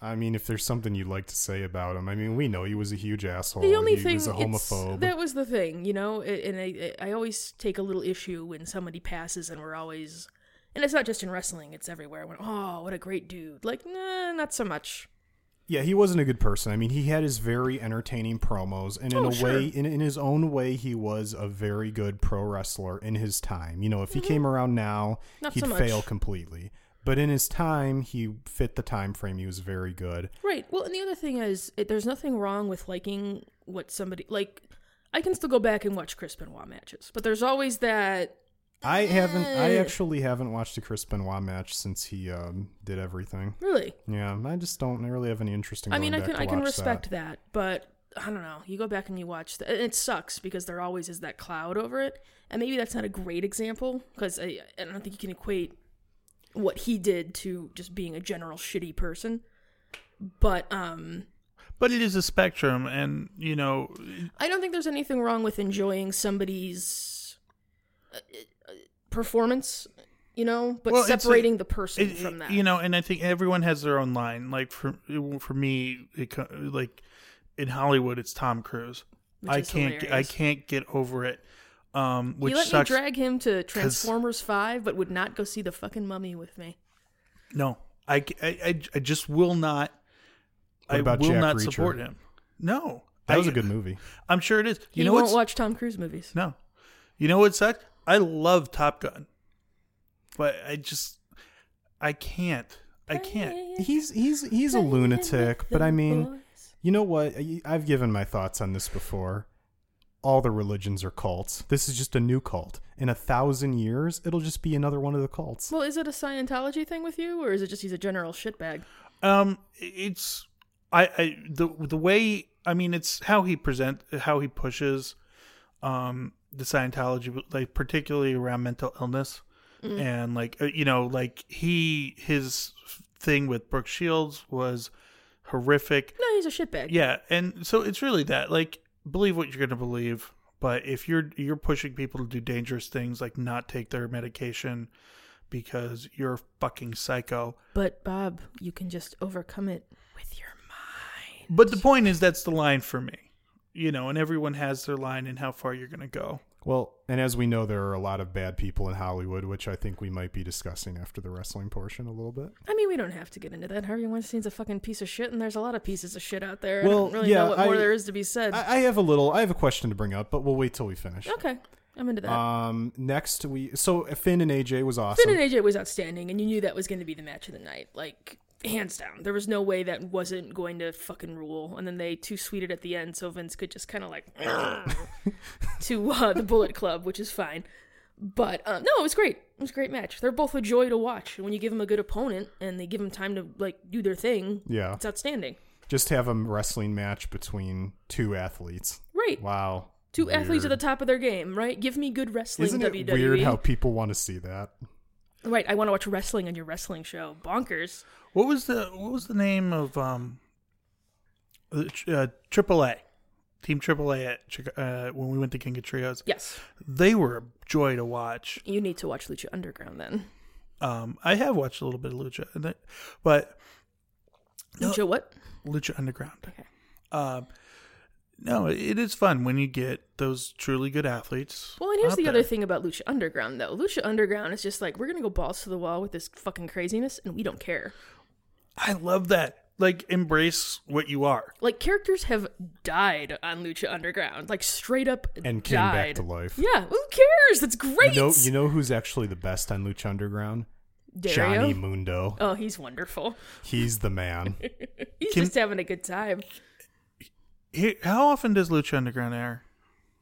I mean, if there's something you'd like to say about him, I mean, we know he was a huge asshole.
The only
he
thing
Oh, was a
it's-
homophobe.
that was the thing, you know. a- And I, I always take a little issue when somebody passes, and we're always, and it's not just in wrestling; it's everywhere. I went, oh, what a great dude! Like, nah, not so much.
Yeah, he wasn't a good person. I mean, he had his very entertaining promos, and in
Oh,
a
sure.
way, in, in his own way, he was a very good pro wrestler in his time. You know, if he came around now,
Mm-hmm. Not
he'd
so much.
fail completely. But in his time, he fit the time frame. He was very good.
Right. Well, and the other thing is, it, there's nothing wrong with liking what somebody like. I can still go back and watch Chris Benoit matches, but there's always that.
I haven't. I
Eh.
actually haven't watched a Chris Benoit match since he um, did everything.
Really,
Yeah, I just don't really have any interest in.
I
Going
mean, I
back
can
to
I can
watch
respect that.
That.
but I don't know. You go back and you watch, the, and it sucks because there always is that cloud over it. And maybe that's not a great example because I, I don't think you can equate what he did to just being a general shitty person. But um,
But it is a spectrum, and you know,
I don't think there's anything wrong with enjoying somebody's uh, uh, performance, you know, but
Well, it's a-
separating the person
it-
from that.
you know, and I think everyone has their own line. Like for for me, it, co- like in Hollywood, it's Tom Cruise.
Which
I
is
can't I
hilarious.
can't get over it. Um, which
you let
sucks.
me drag him to Transformers Five, but would not go see the fucking Mummy with me.
No, I, c- I- I- I just will not.
What
I
about
will
Jack
not
Reacher?
support him. No,
That was
I,
a good movie.
I'm sure it is. You
You,
know
won't
what's
watch Tom Cruise movies.
no. You know what sucked? I love Top Gun, but I just I can't. I can't.
He's he's he's a lunatic, but I mean. You know what? I- I've given my thoughts on this before. All the religions are cults. This is just a new cult. In a thousand years, it'll just be another one of the cults.
Well, is it a Scientology thing with you, or is it just he's a general shitbag?
Um, it's I, I the the way I mean it's how he present how he pushes, um, the Scientology like particularly around mental illness, and like uh, you know like he his thing with Brooke Shields was horrific.
No, he's a shitbag.
Yeah, and so it's really that like believe what you're going to believe, but if you're you're pushing people to do dangerous things like not take their medication because you're a fucking psycho.
But Bob, you can just overcome it with your mind.
But the point is that's the line for me. You know, and everyone has their line and how far you're going to go.
Well, and as we know, there are a lot of bad people in Hollywood, which I think we might be discussing after the wrestling portion a little bit.
I mean, we don't have to get into that. Harvey Weinstein's a fucking piece of shit, and there's a lot of pieces of shit out there. I
Well,
don't really
yeah,
know what more
I-
there is to be said.
I, I have a little, I have a question to bring up, but we'll wait till we finish.
okay, I'm into that.
Um, next we, so Finn and AJ was awesome.
Finn and AJ was outstanding, and you knew that was going to be the match of the night, like hands down. There was no way that wasn't going to fucking rule. And then they too sweeted at the end, so Vince could just kind of like to uh, the Bullet Club, which is fine. But uh, no, it was great. It was a great match. They're both a joy to watch. And when you give them a good opponent and they give them time to like do their thing,
yeah.
it's outstanding.
Just have a wrestling match between two athletes.
Right.
Wow.
Two athletes at
Weird.
the top of their game, right? Give me good wrestling, E?
Isn't
WWE.
it weird how people want to see that?
right, I want to watch wrestling on your wrestling show. Bonkers.
What was the what was the name of um the tr- uh, AAA team AAA at Chica- uh, when we went to King of Trios?
Yes.
They were a joy to watch.
You need to watch Lucha Underground then.
Um, I have watched a little bit of Lucha, and that- but No.
Lucha what?
Lucha Underground.
Okay.
Um, no, it is fun when you get those truly good athletes.
Well, and here's
out
the
there.
other thing about Lucha Underground, though. Lucha Underground is just like, we're going to go balls to the wall with this fucking craziness, and we don't care.
I love that. Like embrace what you are.
Like, characters have died on Lucha Underground. Like, straight up
And came back
died.
to life.
Yeah, who cares? That's great.
You know, you know who's actually the best on Lucha Underground?
Dario?
Johnny Mundo.
Oh, he's wonderful.
He's the man.
He's
Can-
just having a good time.
Here, how often does Lucha Underground air?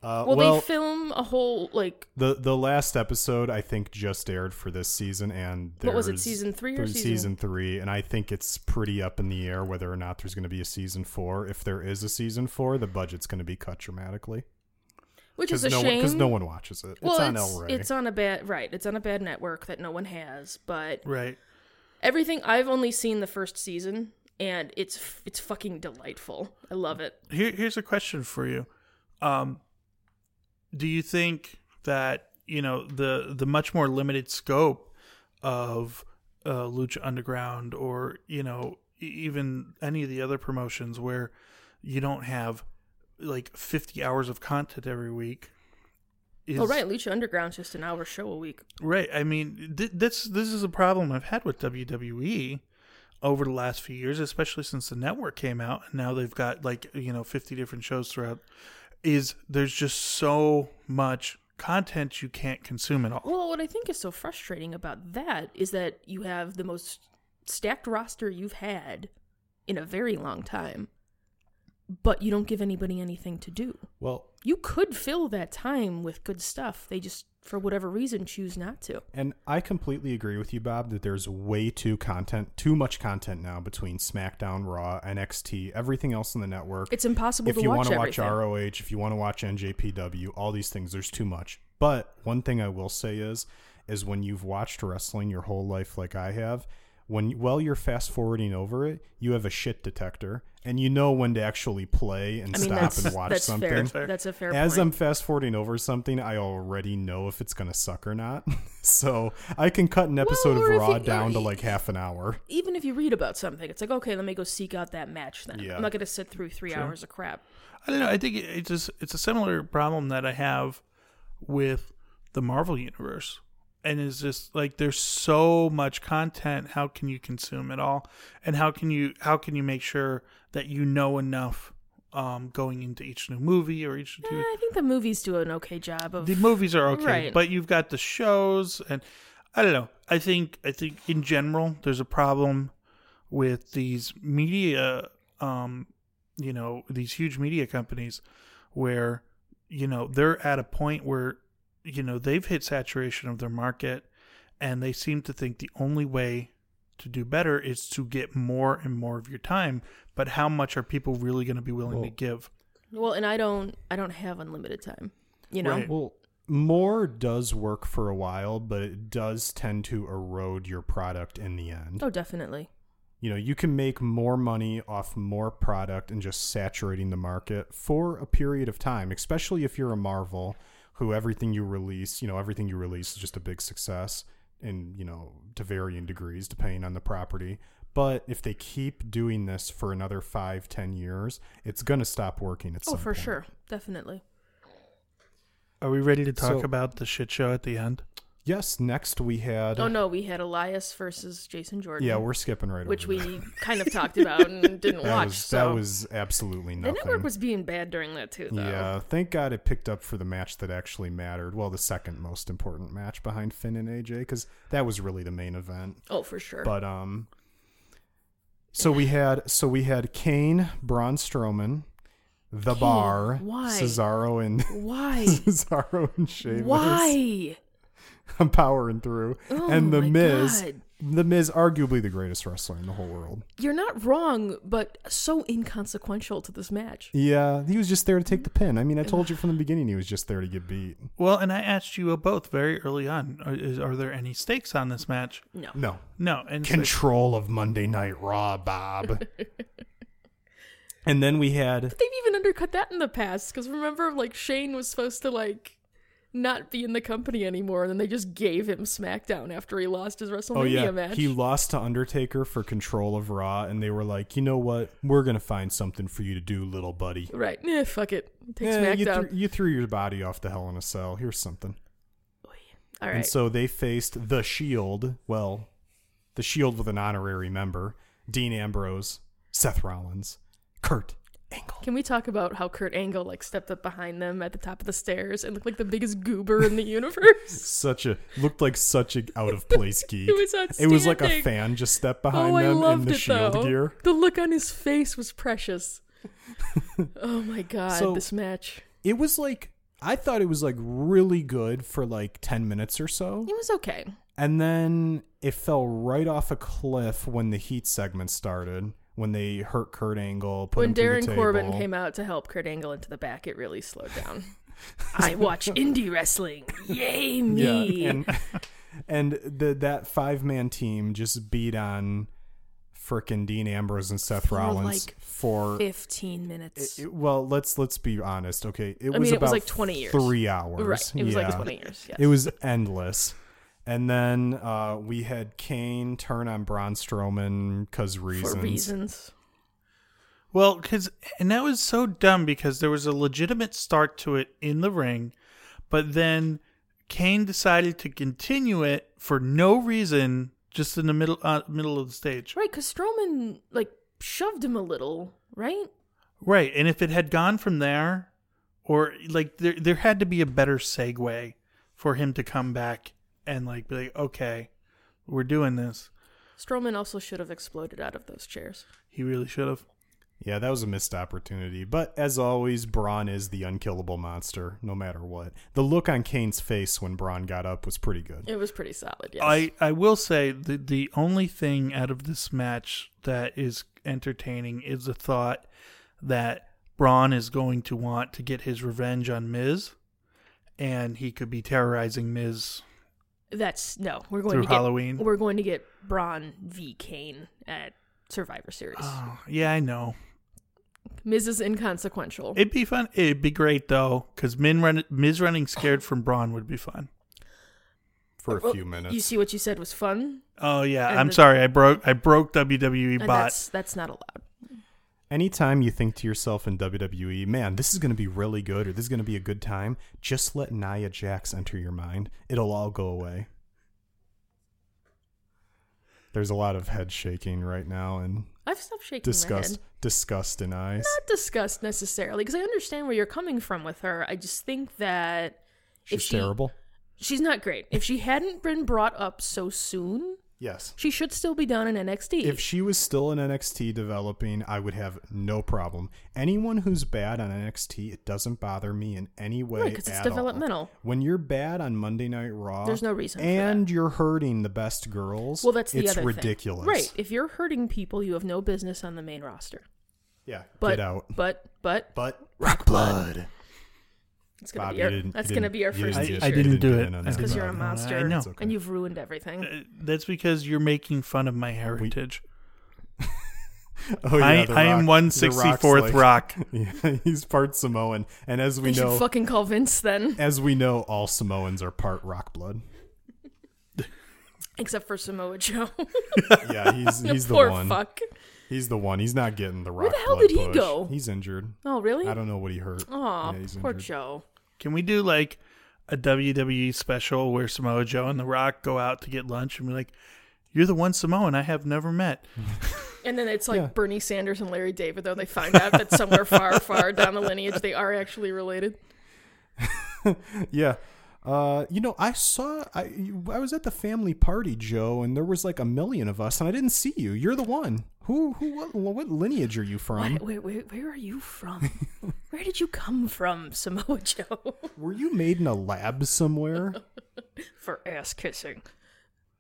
Uh,
Well,
well,
they film a whole, like,
the the last episode I think just aired for this season, and
What was it,
there's-
season three or
there's
season-
three? And I think it's pretty up in the air whether or not there's going to be a season four. If there is a season four, the budget's going to be cut dramatically
which is a
no
shame.
because no one watches it.
well,
it's on
it's,
El Rey.
it's on a bad, right, it's on a bad network that no one has, but
Right.
Everything I've only seen the first season, and it's f- it's fucking delightful. I love it.
Here, here's a question for you. Um, do you think that you know the the much more limited scope of uh, Lucha Underground or you know e- even any of the other promotions where you don't have like 50 hours of content every week. Is,
oh right, Lucha Underground's just an hour show a week.
Right. I mean, th- this this is a problem I've had with WWE over the last few years, especially since the network came out, and now they've got like you know fifty different shows throughout. Is there's just so much content you can't consume at all.
Well, what I think is so frustrating about that is that you have the most stacked roster you've had in a very long time, but you don't give anybody anything to do.
Well,
You could fill that time with good stuff. They just, for whatever reason, choose not to.
And I completely agree with you, Bob, that there's way too content, too much content now between SmackDown, Raw, NXT, everything else in the network.
It's impossible
if
to
you
watch
want to watch
everything.
ROH, if you want to watch NJPW, all these things, there's too much. But one thing I will say is, is when you've watched wrestling your whole life, like I have, when while you're fast forwarding over it, you have a shit detector, and you know when to actually play and
I mean,
stop
that's,
and watch
that's
something.
fair.
That's fair.
That's a fair
As
point.
I'm fast forwarding over something, I already know if it's gonna suck or not. so I can cut an episode
or if
of Raw
you- or
down to
y-
like half an hour.
even if you read about something, it's like, okay, let me go seek out that match then.
Yeah.
I'm not going to sit through three hours of crap.
I don't know. I think it- it's just it's a similar problem that I have with the Marvel universe, and it's just like there's so much content. How can you consume it all, and how can you how can you make sure that you know enough um, going into each new movie or each
Eh,
new
I think the movies do an okay job of.
the movies are okay,
Right.
but you've got the shows, and I don't know. I think I think in general there's a problem with these media, um, you know, these huge media companies, where you know they're at a point where you know they've hit saturation of their market, and they seem to think the only way to do better is to get more and more of your time. But how much are people really going to be willing to
Well,
give?
well, and I don't, I don't have unlimited time. You know,
Right.
Well, more does work for a while, but it does tend to erode your product in the end.
oh, definitely.
You know, you can make more money off more product and just saturating the market for a period of time, especially if you're a Marvel who everything you release, you know, everything you release is just a big success and, you know, to varying degrees depending on the property. But if they keep doing this for another five, ten years, it's gonna stop working at
Oh,
some
for
point.
sure, definitely.
Are we ready to talk
So-
about the shit show at the end?
Yes, next we had
Oh no, we had Elias versus Jason Jordan.
Yeah, we're skipping right
which
over that.
we kind of talked about and didn't
that
watch.
was
so
that was absolutely
the
nothing.
network was being bad during that too. Though.
yeah, thank God it picked up for the match that actually mattered. Well, the second most important match behind Finn and AJ because that was really the main event.
Oh, for sure.
But um, so we had so we had Kane, Braun Strowman, The
Kane,
Bar,
why?
Cesaro and
Why?
Cesaro and Sheamus.
Why?
I'm powering through,
Oh
and the
my
Miz,
God.
the Miz, arguably the greatest wrestler in the whole world.
You're not wrong, but so inconsequential to this match.
Yeah, he was just there to take the pin. I mean, I told you from the beginning he was just there to get beat.
Well, and I asked you both very early on: are, is, are there any stakes on this match?
No.
No.
No, and so-
Control of Monday Night Raw, Bob. and then we had
They've even undercut that in the past because remember, like Shane was supposed to like not be in the company anymore, and then they just gave him SmackDown after he lost his WrestleMania
Oh yeah,
match.
he lost to Undertaker for control of Raw and they were like, "You know what? We're going to find something for you to do, little buddy."
right? Eh, fuck it. Take
Eh, you,
SmackDown.
threw- you threw your body off the hell in a cell. Here's something.
All
And
right.
so they faced The Shield, well, The Shield with an honorary member, Dean Ambrose, Seth Rollins, Kurt Angle.
Can we talk about how Kurt Angle like stepped up behind them at the top of the stairs and looked like the biggest goober in the universe?
such a looked like such a out of place geek.
It was
It was like a
outstanding.
fan just stepped behind
oh, I
them in
loved
the
it
shield
though.
gear.
The look on his face was precious. oh my god,
So-
this match.
It was like I thought it was like really good for like ten minutes or so,
It was okay.
and then it fell right off a cliff when the heat segment started. When they hurt Kurt Angle, put
When
him through the
Darren Corbin
table.
came out to help Kurt Angle into the back, it really slowed down. I watch indie wrestling. Yay me.
Yeah, and and the, that five man team just beat on frickin' Dean Ambrose and Seth Rollins
like
for
15 minutes.
it- it- well, let's let's be honest, okay? It
I
was
mean, it was
about
like 20 years.
three hours.
right. It was like
Yeah.
20 years. Yeah.
It was endless. And then uh, we had Kane turn on Braun Strowman because
For reasons.
Well, because and that was so dumb because there was a legitimate start to it in the ring, but then Kane decided to continue it for no reason, just in the middle uh, middle of the stage.
Right, because Strowman, like, shoved him a little, right?
Right, and if it had gone from there, or like there there had to be a better segue for him to come back and like be like, okay, we're doing this.
Strowman also should have exploded out of those chairs.
He really should have.
Yeah, that was a missed opportunity. But as always, Braun is the unkillable monster, no matter what. The look on Kane's face when Braun got up was pretty good.
It was pretty solid, yes.
I, I will say that the only thing out of this match that is entertaining is the thought that Braun is going to want to get his revenge on Miz, and he could be terrorizing Miz.
That's no. We're going
Through
to get,
Halloween?
We're going to get Braun v Kane at Survivor Series.
Ah.
Oh, yeah, I know.
Miz is inconsequential.
It'd be fun. It'd be great though, because Min run, Miz running scared from Braun would be fun.
For a
Well,
few minutes.
Oh, You see what you said was fun.
Oh yeah,
And
I'm
the-
sorry. I broke I broke WWE
And
bot.
that's that's not allowed.
Anytime you think to yourself in WWE, man, this is going to be really good or this is going to be a good time, just let Nia Jax enter your mind. It'll all go away. There's a lot of head shaking right now and
I've stopped shaking my
disgust,
head.
disgust in eyes.
Not disgust necessarily, because I understand where you're coming from with her. I just think that
She's
she-
terrible.
she's not great. If she hadn't been brought up so soon,
Yes.
she should still be down in NXT.
If she was still in NXT developing, I would have no problem. Anyone who's bad on NXT, it doesn't bother me in any way.
Right, 'cause it's
at all.
developmental.
When you're bad on Monday Night Raw,
There's no reason for
and you're hurting the best girls.
well, that's the
it's
other thing.
ridiculous.
Right. If you're hurting people, you have no business on the main roster.
Yeah.
But
get out.
But but
But Rock Blood.
It's gonna
Bob,
be
you
our,
didn't-
that's
you
gonna
didn't-
be our
you
first
I,
didn't
t-shirt.
I didn't do it.
No, no,
I
That's
didn't
because
do
you're a
it.
monster
I know.
okay.
and you've ruined everything.
Uh, That's because you're making fun of my heritage.
Oh, yeah,
I,
The
I am
Rock-
one
The Rock's
sixty fourth
like-
rock.
Yeah, he's part Samoan, and as we
you
know,
should fucking call Vince then,
as we know, all Samoans are part Rock Blood.
except for Samoa Joe.
Yeah, he's he's the
Poor
one.
fuck.
He's the one. He's not getting the
Where
rock.
the hell
blood
did he
push.
go?
He's injured.
Oh really?
I don't know what he hurt.
Aw,
Yeah, he's
poor
injured.
Joe.
Can we do like a WWE special where Samoa Joe and The Rock go out to get lunch and be like, "You're the one Samoan I have never met."
And then it's like
Yeah.
Bernie Sanders and Larry David, though they find out that somewhere far, far down the lineage they are actually related.
Yeah. Uh, you know, I saw. I I was at the family party, Joe, and there was like a million of us, and I didn't see you. You're the one. Who who what, what lineage are you from?
Wait, wait, wait, where are you from? Where did you come from, Samoa Joe?
Were you made in a lab
Uh,
somewhere?
for ass kissing.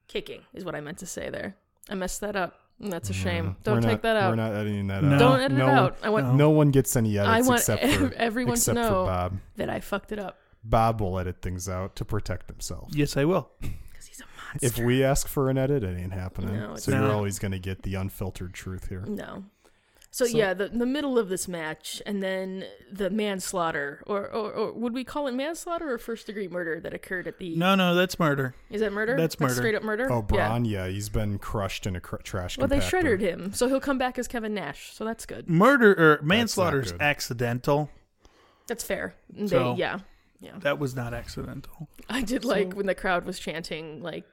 Kicking is what I meant to say there. I messed that up. and That's a shame.
We're
Don't
not-
take that out.
We're not editing that
No.
out.
Don't edit
no,
it out. I want
No. one gets any edits
I want
except
ev-
for
everyone to
except
know.
for Bob.
that I fucked it up
Bob will edit things out to protect himself.
Yes, I will.
because he's a monster.
If we ask for an edit, it ain't happening.
No, it's
so you're
not.
always going to get the unfiltered truth here.
no. So,
So-
yeah, the the middle of this match, and then the manslaughter, or, or or would we call it manslaughter or first degree murder that occurred at the?
No, no, that's murder.
Is that murder?
That's murder.
straight up murder. Yeah.
Oh, Braun, yeah. he's been crushed in a cr- trash
Well, they
compactor.
shredded him, so he'll come back as Kevin Nash. So that's good.
Murder or manslaughter is
good.
accidental.
That's fair. They,
So-
yeah, yeah.
That was not accidental.
I did like when the crowd was chanting like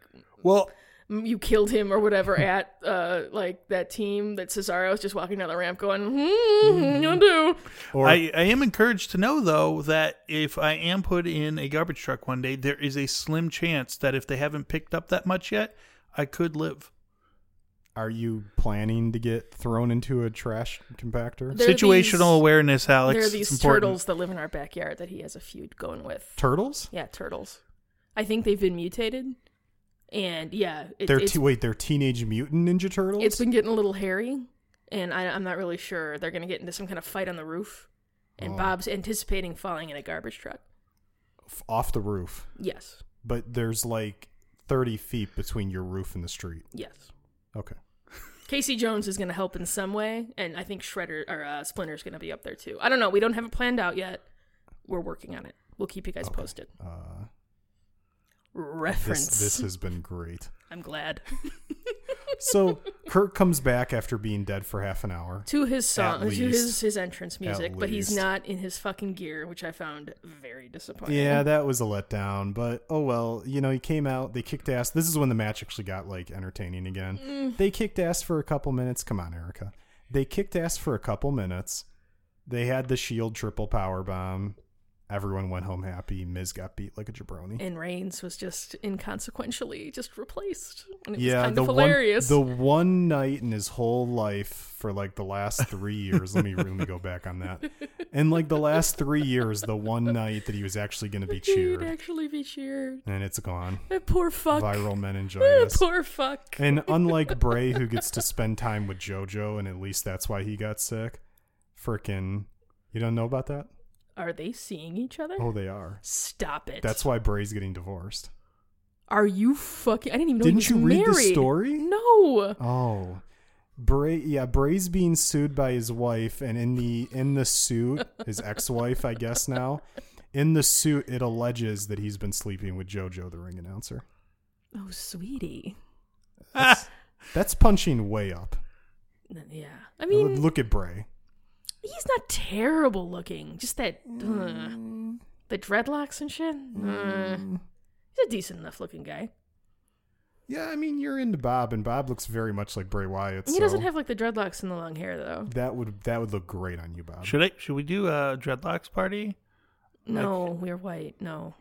Well,
"Mm, you killed him or whatever at uh like that team that Cesaro's just walking down the ramp going,
Mm-hmm.
hmm, you do.
Or
I, I am encouraged to know though that if I am put in a garbage truck one day, there is a slim chance that if they haven't picked up that much yet, I could live.
are you planning to get thrown into a trash compactor?
There are
Situational
these-
awareness, Alex.
there are
It's
these
important.
turtles that live in our backyard that he has a feud going with.
Turtles?
Yeah, turtles. I think they've been mutated, and yeah, it,
they're
it's,
te- wait, they're teenage mutant ninja turtles.
it's been getting a little hairy, and I, I'm not really sure they're gonna get into some kind of fight on the roof. And
Oh.
Bob's anticipating falling in a garbage truck.
F- off the roof,
Yes,
but there's like thirty feet between your roof and the street.
yes.
Okay,
Casey Jones is going to help in some way, and I think Shredder or uh, Splinter is going to be up there too. I don't know. We don't have it planned out yet. We're working on it. We'll keep you guys posted.
Uh,
Reference.
this this has been great.
I'm glad.
So Kirk comes back after being dead for half an hour.
to his song, to his
least.
his entrance music, but he's
least.
not in his fucking gear, which I found very disappointing.
Yeah, that was a letdown, but oh well. You know, he came out, they kicked ass. This is when the match actually got like entertaining again.
Mm.
They kicked ass for a couple minutes. Come on, Erica. They kicked ass for a couple minutes. They had the Shield triple power bomb. Everyone went home happy. Miz got beat like a jabroni.
And Reigns was just inconsequentially just replaced, and it was
Yeah,
kind
the
of hilarious.
one the one night in his whole life for like the last three years. let me let me go back on that. In like the last three years, the one night that he was actually going to be
He'd
cheered,
actually be cheered.
and it's gone.
That poor fuck.
Viral
That
meningitis.
poor fuck.
And unlike Bray, who gets to spend time with JoJo, and at least that's why he got sick, frickin' you don't know about that?
Are they seeing each other?
Oh, they are.
Stop it.
That's why Bray's getting divorced.
Are you fucking? I didn't even know.
Didn't
he
you
was
read the
married.
story?
No.
Oh, Bray. Yeah, Bray's being sued by his wife, and in the in the suit, his ex-wife, I guess now. In the suit, it alleges that he's been sleeping with JoJo, the ring announcer.
Oh, sweetie.
That's punching way up.
N- Yeah. I mean,
Look at Bray.
he's not terrible looking. Just that.
Mm.
ugh. the dreadlocks and shit. Ugh. he's a decent enough looking guy.
Yeah, I mean, you're into Bob, and Bob looks very much like Bray Wyatt.
He
so
doesn't have like the dreadlocks and the long hair though.
that would that would look great on you, Bob.
Should I? Should we do a dreadlocks party?
No, we're white. No,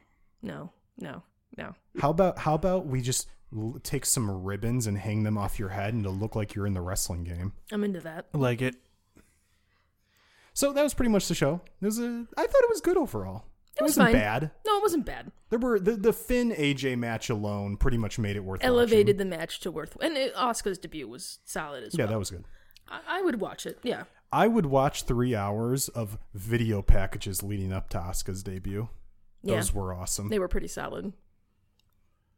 no, no, no.
How about how about we just l- take some ribbons and hang them off your head, and it'll look like you're in the wrestling game.
I'm into that.
Like it?
So that was pretty much the show. It was a, I thought it was good overall.
It was
not
fine.
bad.
No, it wasn't bad.
There were the, the Finn AJ match alone pretty much made it worth
Elevated the match to worth. And it, Oscar's debut was solid as
watching. Yeah,
well.
that was good.
I, I would watch it. Yeah.
I would watch three hours of video packages leading up to Asuka's debut.
Yeah.
Those were awesome.
They were pretty solid.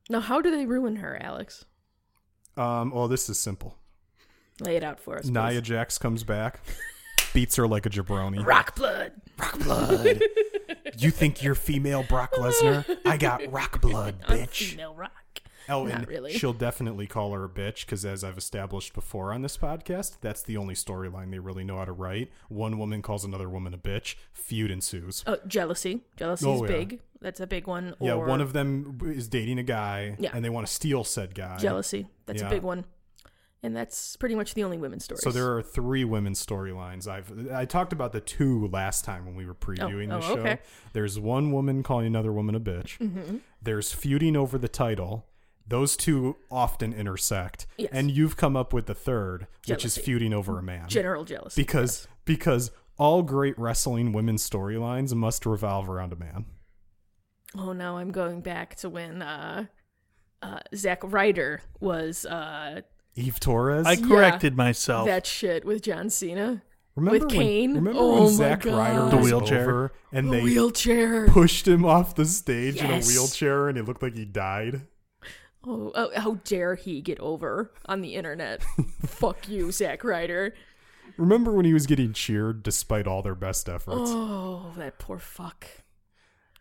Now, how do they ruin her, Alex?
Um, well, this is simple.
Lay it out for us.
Nia
please.
Jax comes back, beats her like a jabroni.
Rock blood.
Rock blood. you think you're female Brock Lesnar? I got rock blood,
I'm
bitch.
female rock.
Oh,
Not
and
really.
she'll definitely call her a bitch because, as I've established before on this podcast, that's the only storyline they really know how to write. One woman calls another woman a bitch, feud ensues.
Oh, jealousy. Jealousy is
Oh, yeah.
big. That's a big one.
yeah,
or
one of them is dating a guy,
Yeah.
and they want to steal said guy.
jealousy. That's
Yeah.
a big one. And that's pretty much the only women's stories.
So there are three women's storylines. I've I talked about the two last time when we were previewing
Oh,
the
oh,
show.
okay. Mm-hmm.
There's one woman calling another woman a bitch. There's feuding over the title. Those two often intersect.
Yes.
And you've come up with the third, which is
Jealousy.
feuding over a man.
general jealousy.
because because all great wrestling women's storylines must revolve around a man.
oh, now I'm going back to when uh, uh, Zack Ryder was uh,
Eve Torres.
I corrected myself.
that shit with John Cena.
remember
with
when,
Kane?
Remember
Oh
when
my
Zack Ryder
God.
was
The wheelchair.
over and
The
they
wheelchair.
pushed him off the stage in a
Yes.
wheelchair and it looked like he died.
Oh, oh, how dare he get over on the internet? Fuck you, Zack Ryder.
Remember when he was getting cheered despite all their best efforts?
Oh, that poor fuck.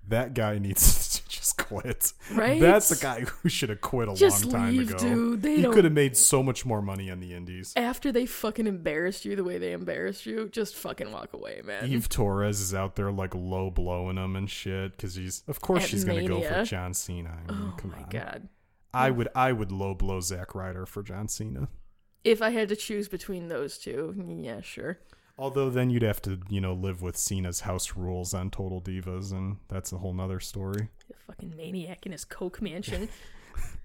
That guy needs to just quit.
Right?
That's a guy who should have quit a
Just
long time
leave,
ago.
dude. They
he
don't-
could have made so much more money on the indies.
After they fucking embarrassed you the way they embarrassed you, just fucking walk away, man.
Eve Torres is out there like low blowing him and shit because he's of course
At
she's gonna go for
Mania.
John Cena. I mean,
oh
come
my
on,
god.
I would I would low blow Zack Ryder for John Cena.
If I had to choose between those two, yeah, sure.
Although then you'd have to you know live with Cena's house rules on Total Divas, and that's a whole nother story.
The fucking maniac in his Coke mansion.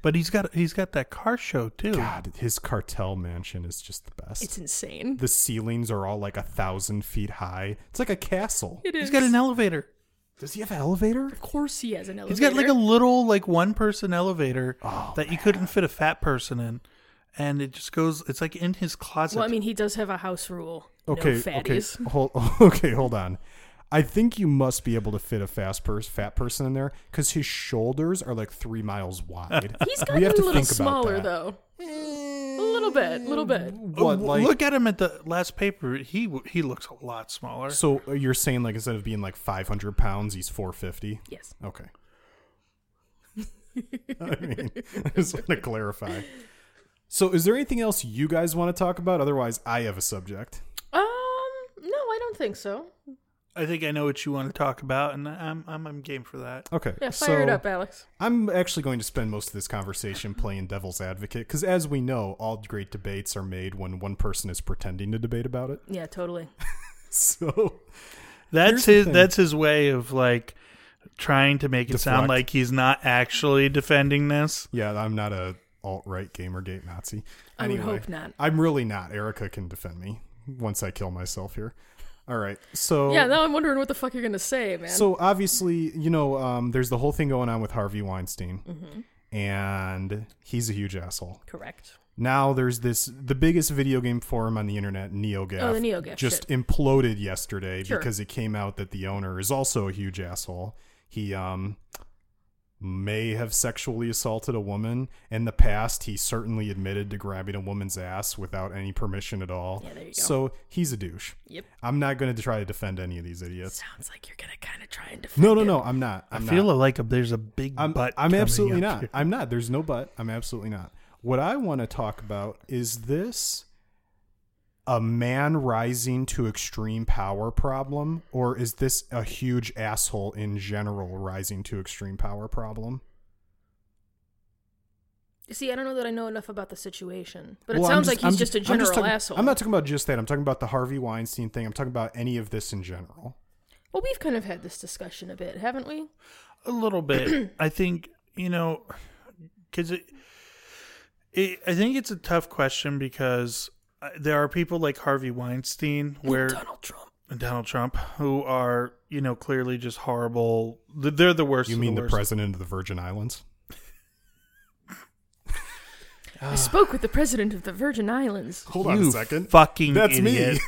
but he's got he's got that car show too.
God, his cartel mansion is just the best.
it's insane.
the ceilings are all like a thousand feet high. It's like a castle.
It
He's
is.
got an elevator.
Does he have an elevator?
of course he has an elevator.
He's got like a little like one person elevator
Oh,
that you couldn't fit a fat person in, and it just goes. It's like in his closet.
Well, I mean, he does have a house rule.
Okay,
no
okay,
fatties.
hold, okay, hold on. I think you must be able to fit a fast pers- fat person in there because his shoulders are like three miles wide.
He's
we
gotten
have
a
to
little
think
smaller Oh,
about that.
though. A little bit, little bit.
What
W-
like
Look at him at the last paper. He w- he looks a lot smaller.
so uh, you're saying like instead of being like 500 pounds, he's 450.
Yes.
Okay. I mean, I just want to clarify. So, is there anything else you guys want to talk about? Otherwise, I have a subject.
Um, no, I don't think so.
I think I know what you want to talk about, and I'm I'm, I'm game for that.
Okay.
Yeah, fire it
so
up, eh? Alex.
I'm actually going to spend most of this conversation playing devil's advocate because, as we know, all great debates are made when one person is pretending to debate about it.
Yeah, totally.
So,
That's
the
his
thing.
that's his way of like trying to make it sound
Deflect.
like he's not actually defending this.
yeah, I'm not a alt right Gamergate Nazi.
I would
Anyway,
hope not.
I'm really not. Erica can defend me once I kill myself here. All right. So,
Yeah, now I'm wondering what the fuck you're gonna say, man.
So obviously, you know, um, there's the whole thing going on with Harvey Weinstein,
Mm-hmm.
and he's a huge asshole.
Correct.
Now there's this the biggest video game forum on the internet, NeoGAF.
Oh, the NeoGAF,
just imploded yesterday because it came out that the owner is also a huge asshole. He um may have sexually assaulted a woman in the past. He certainly admitted to grabbing a woman's ass without any permission at all.
Yeah, there you go.
So he's a douche.
Yep.
I'm not going to try to defend any of these idiots.
Sounds like you're gonna kind of try and defend.
No, no, no. I'm not. I'm
I
not.
feel like a, there's a big
I'm,
butt.
I'm
coming
absolutely
up
not.
here.
I'm not. There's no but. I'm absolutely not. What I want to talk about is this a man rising to extreme power problem, or is this a huge asshole in general rising to extreme power problem?
See, I don't know that I know enough about the situation, but it
Well, I'm
sounds like he's
I'm
just a
I'm
general
talking-
asshole.
I'm not talking about just that. I'm talking about the Harvey Weinstein thing. I'm talking about any of this in general.
well, we've kind of had this discussion a bit, haven't we?
a little bit. I think you know because it, it. I think it's a tough question because uh, there are people like Harvey Weinstein where
Donald Trump.
and Donald Trump who are you know clearly just horrible. Th- They're the worst.
You
of
mean the
worst.
president of the Virgin Islands? Ah.
I spoke with the president of the Virgin Islands.
Hold
You Fucking
That's me.
idiot.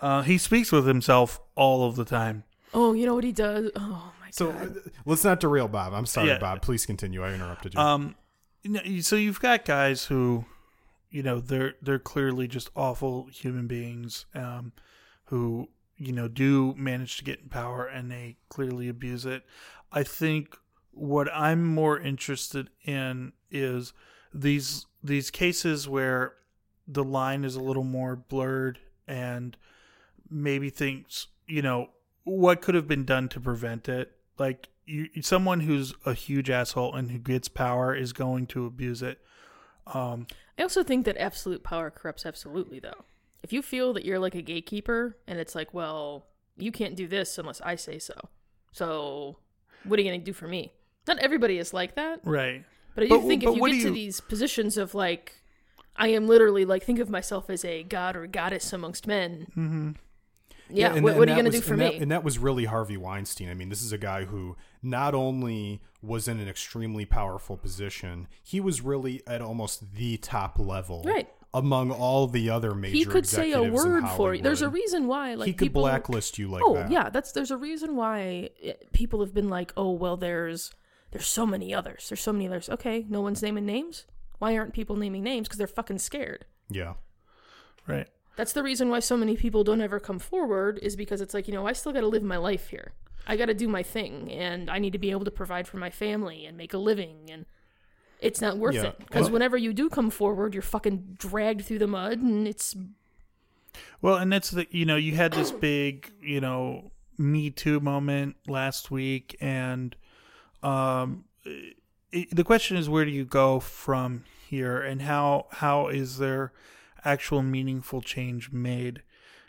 Uh, he speaks with himself all of the time.
Oh, you know what he does? Oh my
So
god.
uh, let's not derail Bob. I'm sorry,
Yeah.
Bob. Please continue. I interrupted you.
Um, you know, you- so you've got guys who, you know, they're they're clearly just awful human beings, um, who you know do manage to get in power and they clearly abuse it. I think what I'm more interested in is these these cases where the line is a little more blurred and maybe thinks you know what could have been done to prevent it like you someone who's a huge asshole and who gets power is going to abuse it um
I also think that absolute power corrupts absolutely, though. If you feel that you're like a gatekeeper and it's like, well, you can't do this unless I say so. So, what are you going to do for me? Not everybody is like that,
right
but I do
But-
think
but
if you
what
get
do
to
you-
these positions of like, I am literally like, think of myself as a god or goddess amongst men. Mm-hmm. Yeah,
and-
what,
and
what are you
that
going to
was-
do for
and
me?
that- and that was really Harvey Weinstein. I mean, this is a guy who not only was in an extremely powerful position, he was really at almost the top level,
Right.
Among all the other major,
he could say a
executives in
word for you. There's a
Hollywood.
reason why, like,
he could
people,
blacklist you like
oh
that.
yeah that's there's a reason why eh, people have been like oh well there's there's so many others there's so many others okay no one's naming names why aren't people naming names because they're fucking scared
yeah.
right
that's the reason why so many people don't ever come forward is because it's like you know i still got to live my life here i got to do my thing and i need to be able to provide for my family and make a living and it's not worth
Yeah.
it because
Well-
whenever you do come forward you're fucking dragged through the mud and it's
well and that's the you know you had this big you know me too moment last week and um it, the question is where do you go from here and how how is there actual meaningful change made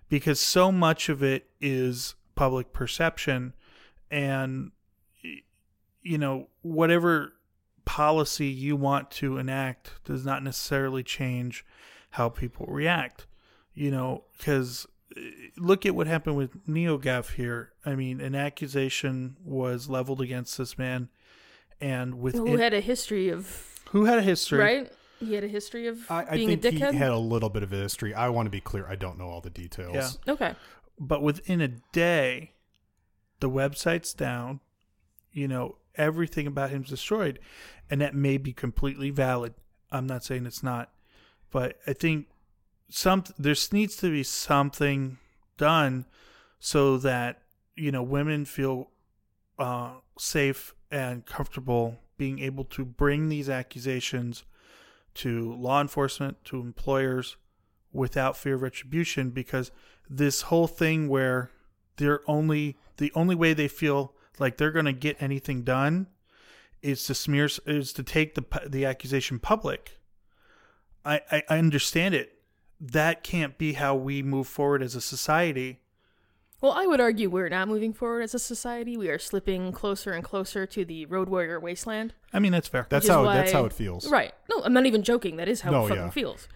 because so much of it is public perception and y- you know whatever policy you want to enact does not necessarily change how people react you know cuz look at what happened with NeoGAF here i mean an accusation was leveled against this man and with
who had a history of
who had a history
right he had a history of
I, I
being
think
a
he
dickhead
had a little bit of a history. I want to be clear. I don't know all the details.
Yeah.
Okay.
but within a day the website's down you know everything about him's destroyed and that may be completely valid i'm not saying it's not But I think some there needs to be something done so that you know women feel uh, safe and comfortable being able to bring these accusations to law enforcement to employers without fear of retribution because this whole thing where they're only the only way they feel like they're going to get anything done is to smear is to take the the accusation public I, I i understand it that can't be how we move forward as a society
Well, I would argue we're not moving forward as a society. We are slipping closer and closer to the road warrior wasteland.
i mean that's fair
That's
Which is
how that's
why-
how it feels.
Right. No, I'm not even joking. That is how
No,
it fucking
yeah.
feels.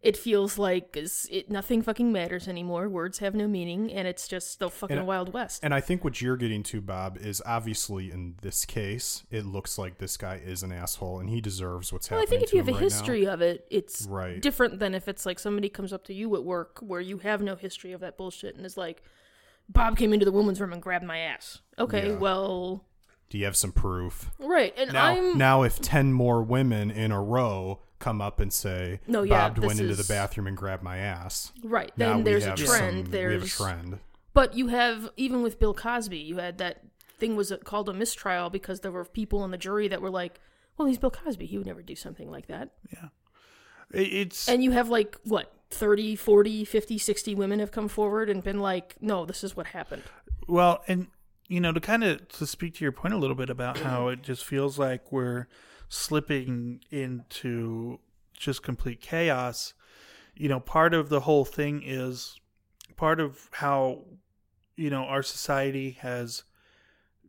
It feels like is it nothing fucking matters anymore. Words have no meaning, and it's just the fucking
And-
wild west.
And I think what you're getting to, Bob, is obviously in this case, it looks like this guy is an asshole and he deserves what's
well, I
happening
think if
to
you have
him
a
right now.
history of it, it's
Right.
different than if it's like somebody comes up to you at work where you have no history of that bullshit and is like, "Bob came into the woman's room and grabbed my ass." Okay,
Yeah.
well,
Do you have some proof?
right, and
Now,
I'm
now, if ten more women in a row come up and say,
No,
"Bob
yeah,
went
this
into
is-
the bathroom and grabbed my ass,"
right.
now
Then
we
there's a
have
trend.
some-
there's
we have a trend.
But you have even with Bill Cosby, you had that thing was called a mistrial because there were people on the jury that were like, "Well, he's Bill Cosby. He would never do something like that."
It- it's
And you have like what 30, 40, 50, 60 women have come forward and been like, "No, this is what happened."
Well, and you know, to kind of to speak to your point a little bit about how it just feels like we're slipping into just complete chaos. You know, part of the whole thing is part of how you know our society has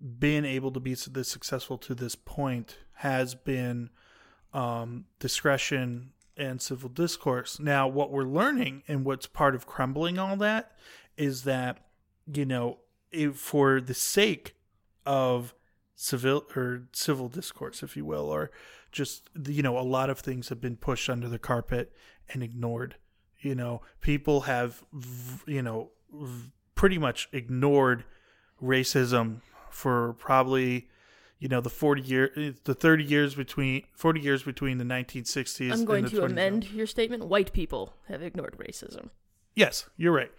been able to be so- this successful to this point has been um, discretion and civil discourse. Now, what we're learning and what's part of crumbling all that is that you know, it, for the sake of civil or civil discourse, if you will, or just you know, a lot of things have been pushed under the carpet and ignored. You know, people have v- you know v- pretty much ignored racism for probably you know the 40 year the 30 years between 40 years between the 1960s
I'm going
and the
to
20s.
amend your statement. White people have ignored racism
yes you're right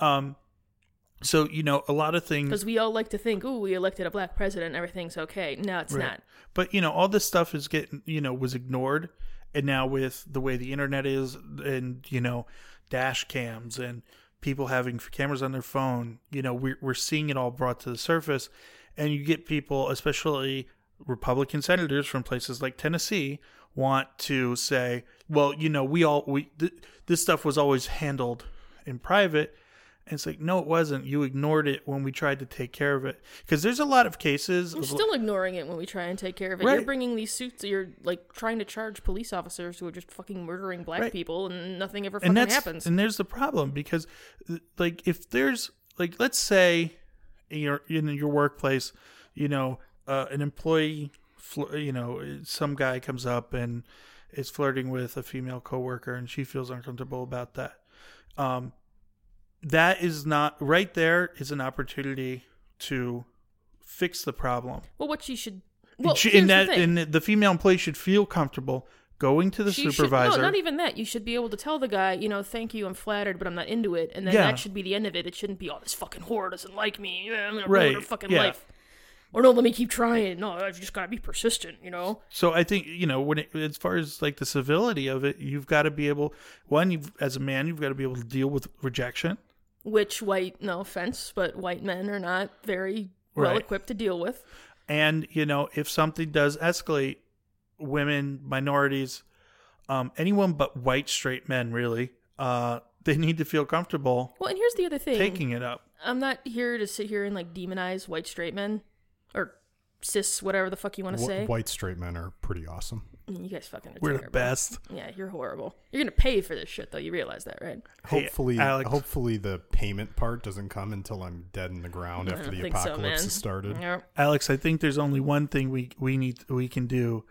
um so you know a lot of things
because we all like to think, "Oh, we elected a black president, everything's okay." No, it's
Right.
not.
But you know, all this stuff is getting you know was ignored, and now with the way the internet is, and you know, dash cams and people having cameras on their phone, you know, we're we're seeing it all brought to the surface, and you get people, especially Republican senators from places like Tennessee, want to say, well, you know, we all we th- this stuff was always handled in private. And it's like, no, it wasn't. You ignored it when we tried to take care of it. Because there's a lot of cases.
You're
of-
still ignoring it when we try and take care of it. You're
Right.
bringing these suits. You're like trying to charge police officers who are just fucking murdering black
Right.
people, and nothing ever fucking
and that's
happens.
and there's the problem because like if there's like let's say in your in your workplace you know uh, an employee fl- you know some guy comes up and is flirting with a female coworker and she feels uncomfortable about that um that is not right there is an opportunity to fix the problem
well, what she should. Well,
She-
here's
and that
the thing.
and the female employee should feel comfortable going to the
She should-
supervisor
no, not even that. You should be able to tell the guy, you know, thank you, I'm flattered, but I'm not into it, and then
Yeah.
that should be the end of it. It shouldn't be, oh, this fucking whore doesn't like me. Yeah, I'm gonna ruin
Right,
her fucking
yeah.
life. Or no, let me keep trying. No, I've just gotta be persistent. You know.
So I think you know when it, as far as like the civility of it, you've got to be able one you've, as a man you've got to be able to deal with rejection.
Which white, no offense, but white men are not very well
Right.
equipped to deal with.
And you know if something does escalate, women, minorities, um, anyone but white straight men really, uh, they need to feel comfortable
Well, and here's the other thing.
taking it up.
I'm not here to sit here and like demonize white straight men or cis, whatever the fuck you want to
Wh-
say. Mm,
White straight men are pretty awesome.
You guys fucking are
We're the
terrible.
best.
Yeah, you're horrible. You're gonna pay for this shit though. You realize that, right?
Hey,
Hopefully,
Alex.
hopefully the payment part doesn't come until I'm dead in the ground
I
after
don't
the
think so, man.
apocalypse has started.
Yeah.
Alex, I think there's only one thing we we need we can do,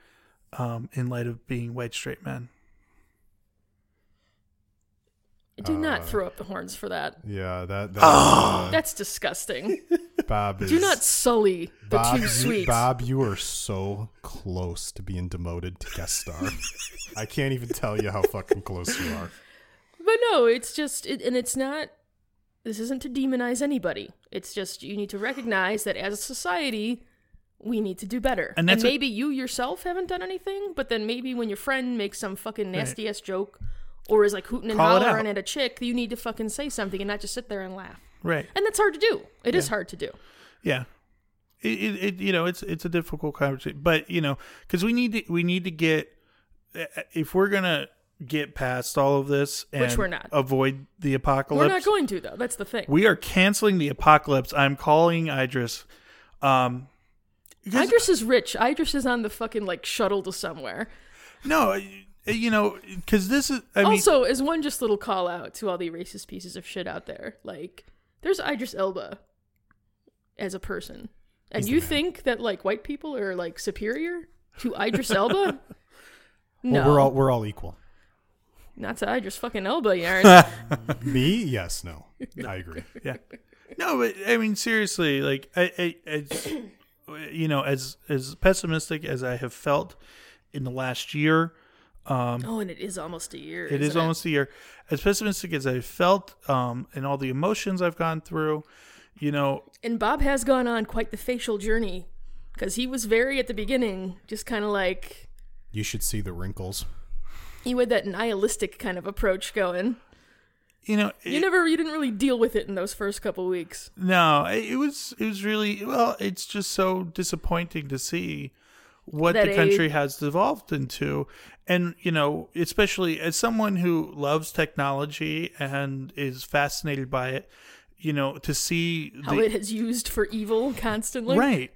um, in light of being white straight men.
Do
Uh,
not throw up the horns for that.
Yeah, that. that
Ah!
That's disgusting.
Bob uh, is
Do not sully the
Bob,
two
you,
sweets.
Bob, you are so close to being demoted to guest star. I can't even tell you how fucking close you are.
But no, it's just, it, and it's not. This isn't to demonize anybody. It's just you need to recognize that as a society, we need to do better.
And that's what-
maybe you yourself haven't done anything, but then maybe when your friend makes some fucking nasty ass joke or is like hooting and
Call it
hollering
out.
at a chick, you need to fucking say something and not just sit there and laugh.
Right.
And that's hard to do. It is hard to do.
Yeah. It, it, it you know it's it's a difficult conversation, but you know because we need to we need to get eh, if we're gonna get past all of this and
Which we're not.
avoid the apocalypse.
We're not going to though. That's the thing.
We are canceling the apocalypse. I'm calling Idris. Um, because-
Idris is rich. Idris is on the fucking like shuttle to somewhere.
No, eh, you know because this is. I mean,
also, as one just little call out to all the racist pieces of shit out there, like there's Idris Elba as a person, and you think that like white people are like superior to Idris Elba? No,
Well, we're all we're all equal.
not to Idris fucking Elba, Yarn.
Me? Yes. No. I agree.
yeah. No, but I mean seriously, like I, I, it's you know, as as pessimistic as I have felt in the last year,
oh, and it is almost a year.
it
isn't
is almost a year. As pessimistic as I felt, um, and all the emotions I've gone through, you know,
And Bob has gone on quite the facial journey because he was very at the beginning, just kind of like
You should see the wrinkles.
he had that nihilistic kind of approach going.
you know, it,
You never, you didn't really deal with it in those first couple weeks.
no, it it was it was really well. It's just so disappointing to see what
That
the
a-
country has devolved into, and you know, especially as someone who loves technology and is fascinated by it, you know, to see
How
the,
it is used for evil constantly.
right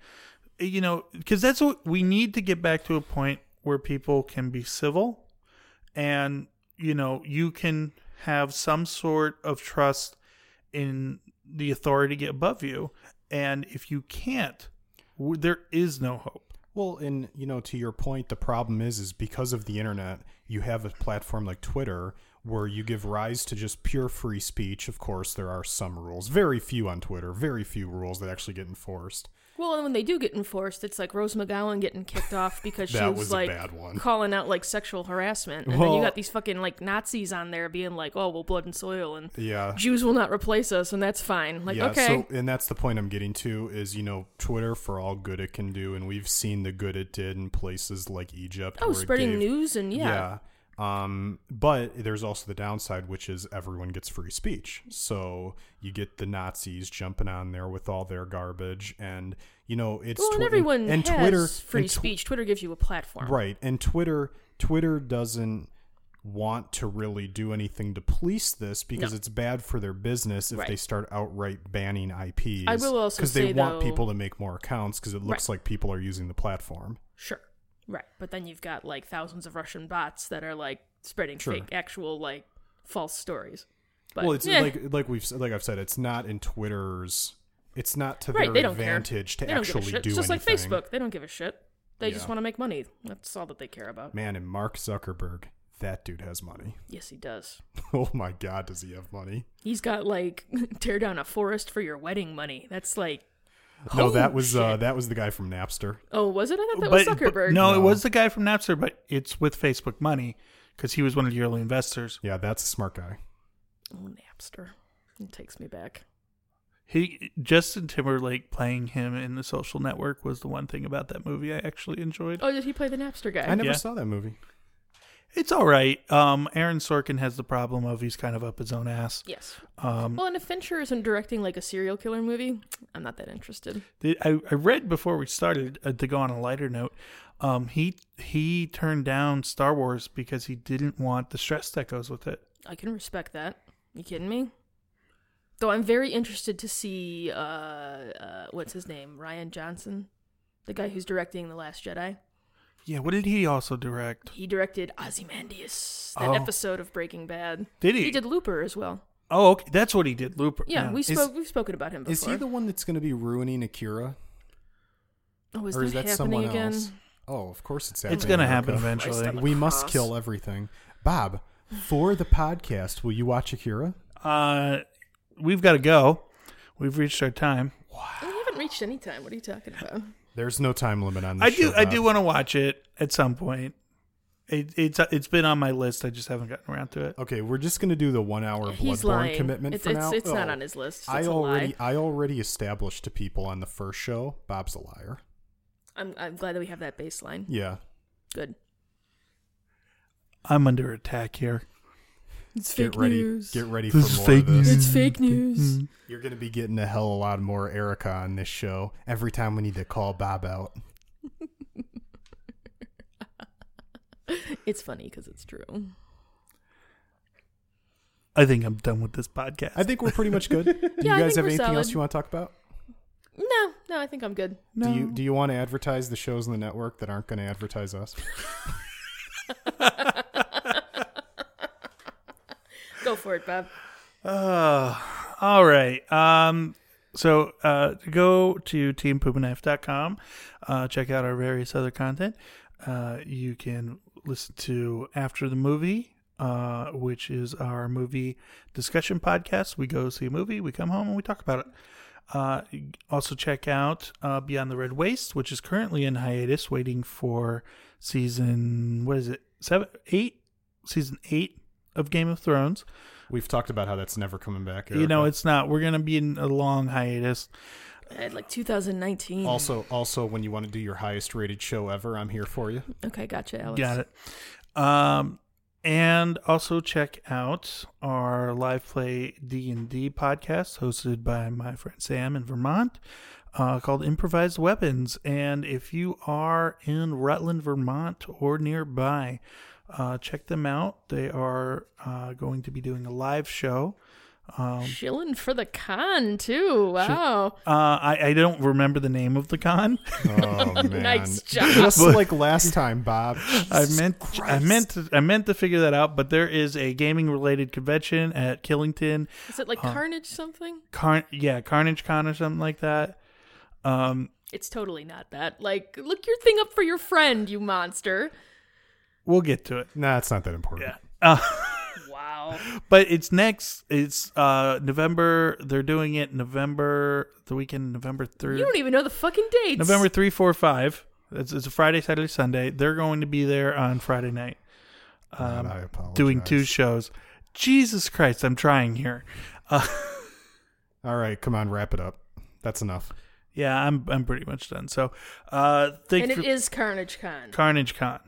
you know because that's what we need to get back to a point where people can be civil and you know you can have some sort of trust in the authority above you and if you can't w- there is no hope
Well, and you know, to your point, the problem is, is because of the internet, you have a platform like Twitter where you give rise to just pure free speech. Of course, there are some rules, very few on Twitter, very few rules that actually get enforced.
Well, and when they do get enforced, it's like Rose McGowan getting kicked off because she
That
was,
was a
like
bad one.
calling out like sexual harassment, and then
Well-
you got these fucking like Nazis on there being like, "Oh, well, blood and soil, and
Yeah.
Jews will not replace us, and that's fine." Like,
yeah,
okay,
so and that's the point I'm getting to is you know Twitter for all good it can do, and we've seen the good it did in places like Egypt.
oh,
where it
spreading
gave-
news and yeah.
Um, but there's also the downside, which is everyone gets free speech. So you get the Nazis jumping on there with all their garbage, and you know it's
Well, and
Twi-
everyone
and
has
Twitter
free
and Tw-
speech. Twitter gives you a platform.
right? And Twitter, Twitter doesn't want to really do anything to police this because
No.
it's bad for their business if
Right.
they start outright banning IPs.
I will also
because they
say,
want
though-
people to make more accounts because it looks like people are using the platform.
Sure. Right. But then you've got like thousands of Russian bots that are like spreading
Sure.
fake, actual like false stories. But,
well, it's
eh,
like like we've like I've said, it's not in Twitter's. It's not to
right.
their
They don't
advantage
care. they
to
don't give a
actually
shit.
do
it's just
anything.
like Facebook. They don't give a shit. They
Yeah.
just want to make money. That's all that they care about.
Man, and Mark Zuckerberg, that dude has money.
Yes, he does.
Oh my God, does he have money?
He's got like tear down a forest for your wedding money. That's like
no,
Holy
that was uh
shit.
that was the guy from Napster.
oh, was it? I thought that
but,
was Zuckerberg.
but- no, it
No.
was the guy from napster but it's with facebook money because he was one of the early investors
Yeah, that's a smart guy.
Oh, Napster. It takes me back.
he justin timberlake playing him in the social network was the one thing about that movie i actually enjoyed
Oh, did he play the Napster guy?
I never
Yeah.
saw that movie.
It's all right. Um, Aaron Sorkin has the problem of he's kind of up his own ass.
Yes.
Um,
Well, and if Fincher isn't directing like a serial killer movie, I'm not that interested.
the- I, I read before we started uh, to go on a lighter note. Um, he he turned down Star Wars because he didn't want the stress that goes with it.
I can respect that. You kidding me? Though I'm very interested to see uh, uh what's his name? Ryan Johnson, the guy who's directing The Last Jedi.
Yeah, what did he also direct?
He directed Ozymandias, that
Oh.
episode of Breaking Bad.
Did he?
He did Looper as well.
Oh, okay, that's what he did. Looper.
Yeah, we
Is-
spoke. we've spoken about him before.
Is he the one that's going to be ruining Akira,
Oh, is
or
that,
is that
happening
someone
again?
else? Oh, of course it's happening.
it's gonna happen
Erica.
Christ,
eventually.
I'm
We
Cross.
must kill everything. Bob, for the podcast, will you watch Akira?
Uh, we've got to go. We've reached our time.
Oh, we haven't haven't reached any time. What are you talking about?
There's no time limit on this.
I do.
show,
I
Bob.
do want to watch it at some point. It, it's it's been on my list. I just haven't gotten around to it.
Okay, we're just gonna do the one hour
He's
Bloodborne
lying.
commitment
it's
for
it's,
now.
it's not
Oh.
on his list.
I
It's a
already
lie.
I already established to people on the first show Bob's a liar.
I'm I'm glad that we have that baseline.
Yeah.
Good.
I'm under attack here.
It's
get ready get ready
This
for
is
more
fake
of this.
news.
It's fake news.
Mm.
You're gonna be getting a hell of a lot more Erica on this show every time we need to call Bob out.
It's funny because it's true.
I think I'm done with this podcast.
I think we're pretty much good.
I
Do you guys
think
have
we're
anything else
solid.
you want to talk about?
No, no, I think I'm good.
no.
Do you do you want to advertise the shows in the network that aren't gonna advertise us?
Go for it, Bob.
Uh, all right. Um, so uh, go to teampoopandknife.com. Uh, check out our various other content. Uh, you can listen to After the Movie, uh, which is our movie discussion podcast. We go see a movie, we come home, and we talk about it. Uh, also, check out uh, Beyond the Red Waste, which is currently in hiatus, waiting for season, what is it, seven, eight? Season eight of Game of Thrones
We've talked about how that's never coming back.
you know
Erica.
it's not we're gonna be in a long hiatus
I had like 2019.
also also when you want to do your highest rated show ever, I'm here for you.
Okay, gotcha, Alex.
got it um and also check out our live play d&d podcast hosted by my friend sam in vermont uh, called improvised weapons and if you are in rutland vermont or nearby uh, check them out they are uh, going to be doing a live show
Chilling for the con too. Wow.
uh, I, I don't remember the name of the con
Oh man.
Nice job.
Just like last time, Bob.
I meant I meant to, I meant to figure that out, but there is a gaming related convention at Killington,
Is it like Carnage something?
Carn yeah, Carnage Con or something like that. Um
It's totally not that. Like, look your thing up for your friend, you monster.
we'll get to it. Uh,
Nah, it's not that important.
Wow.
But it's next it's uh November they're doing it November the weekend November
You
3rd.
don't even know the fucking dates.
November 3 4 5. It's, it's a Friday, Saturday, Sunday. They're going to be there on Friday night.
God, I apologize.
um, doing two shows. Jesus Christ, I'm trying here.
All right, come on, wrap it up. That's enough.
Yeah, I'm I'm pretty much done. So, uh thank
And
for-
it is Carnage Con.
Carnage Con.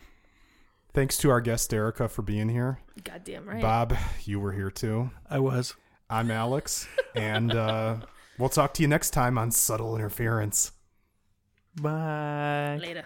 Thanks to our guest Erica for being here.
Goddamn right.
Bob, you were here too.
I was.
I'm Alex, and uh, we'll talk to you next time on Subtle Interference.
Bye.
Later.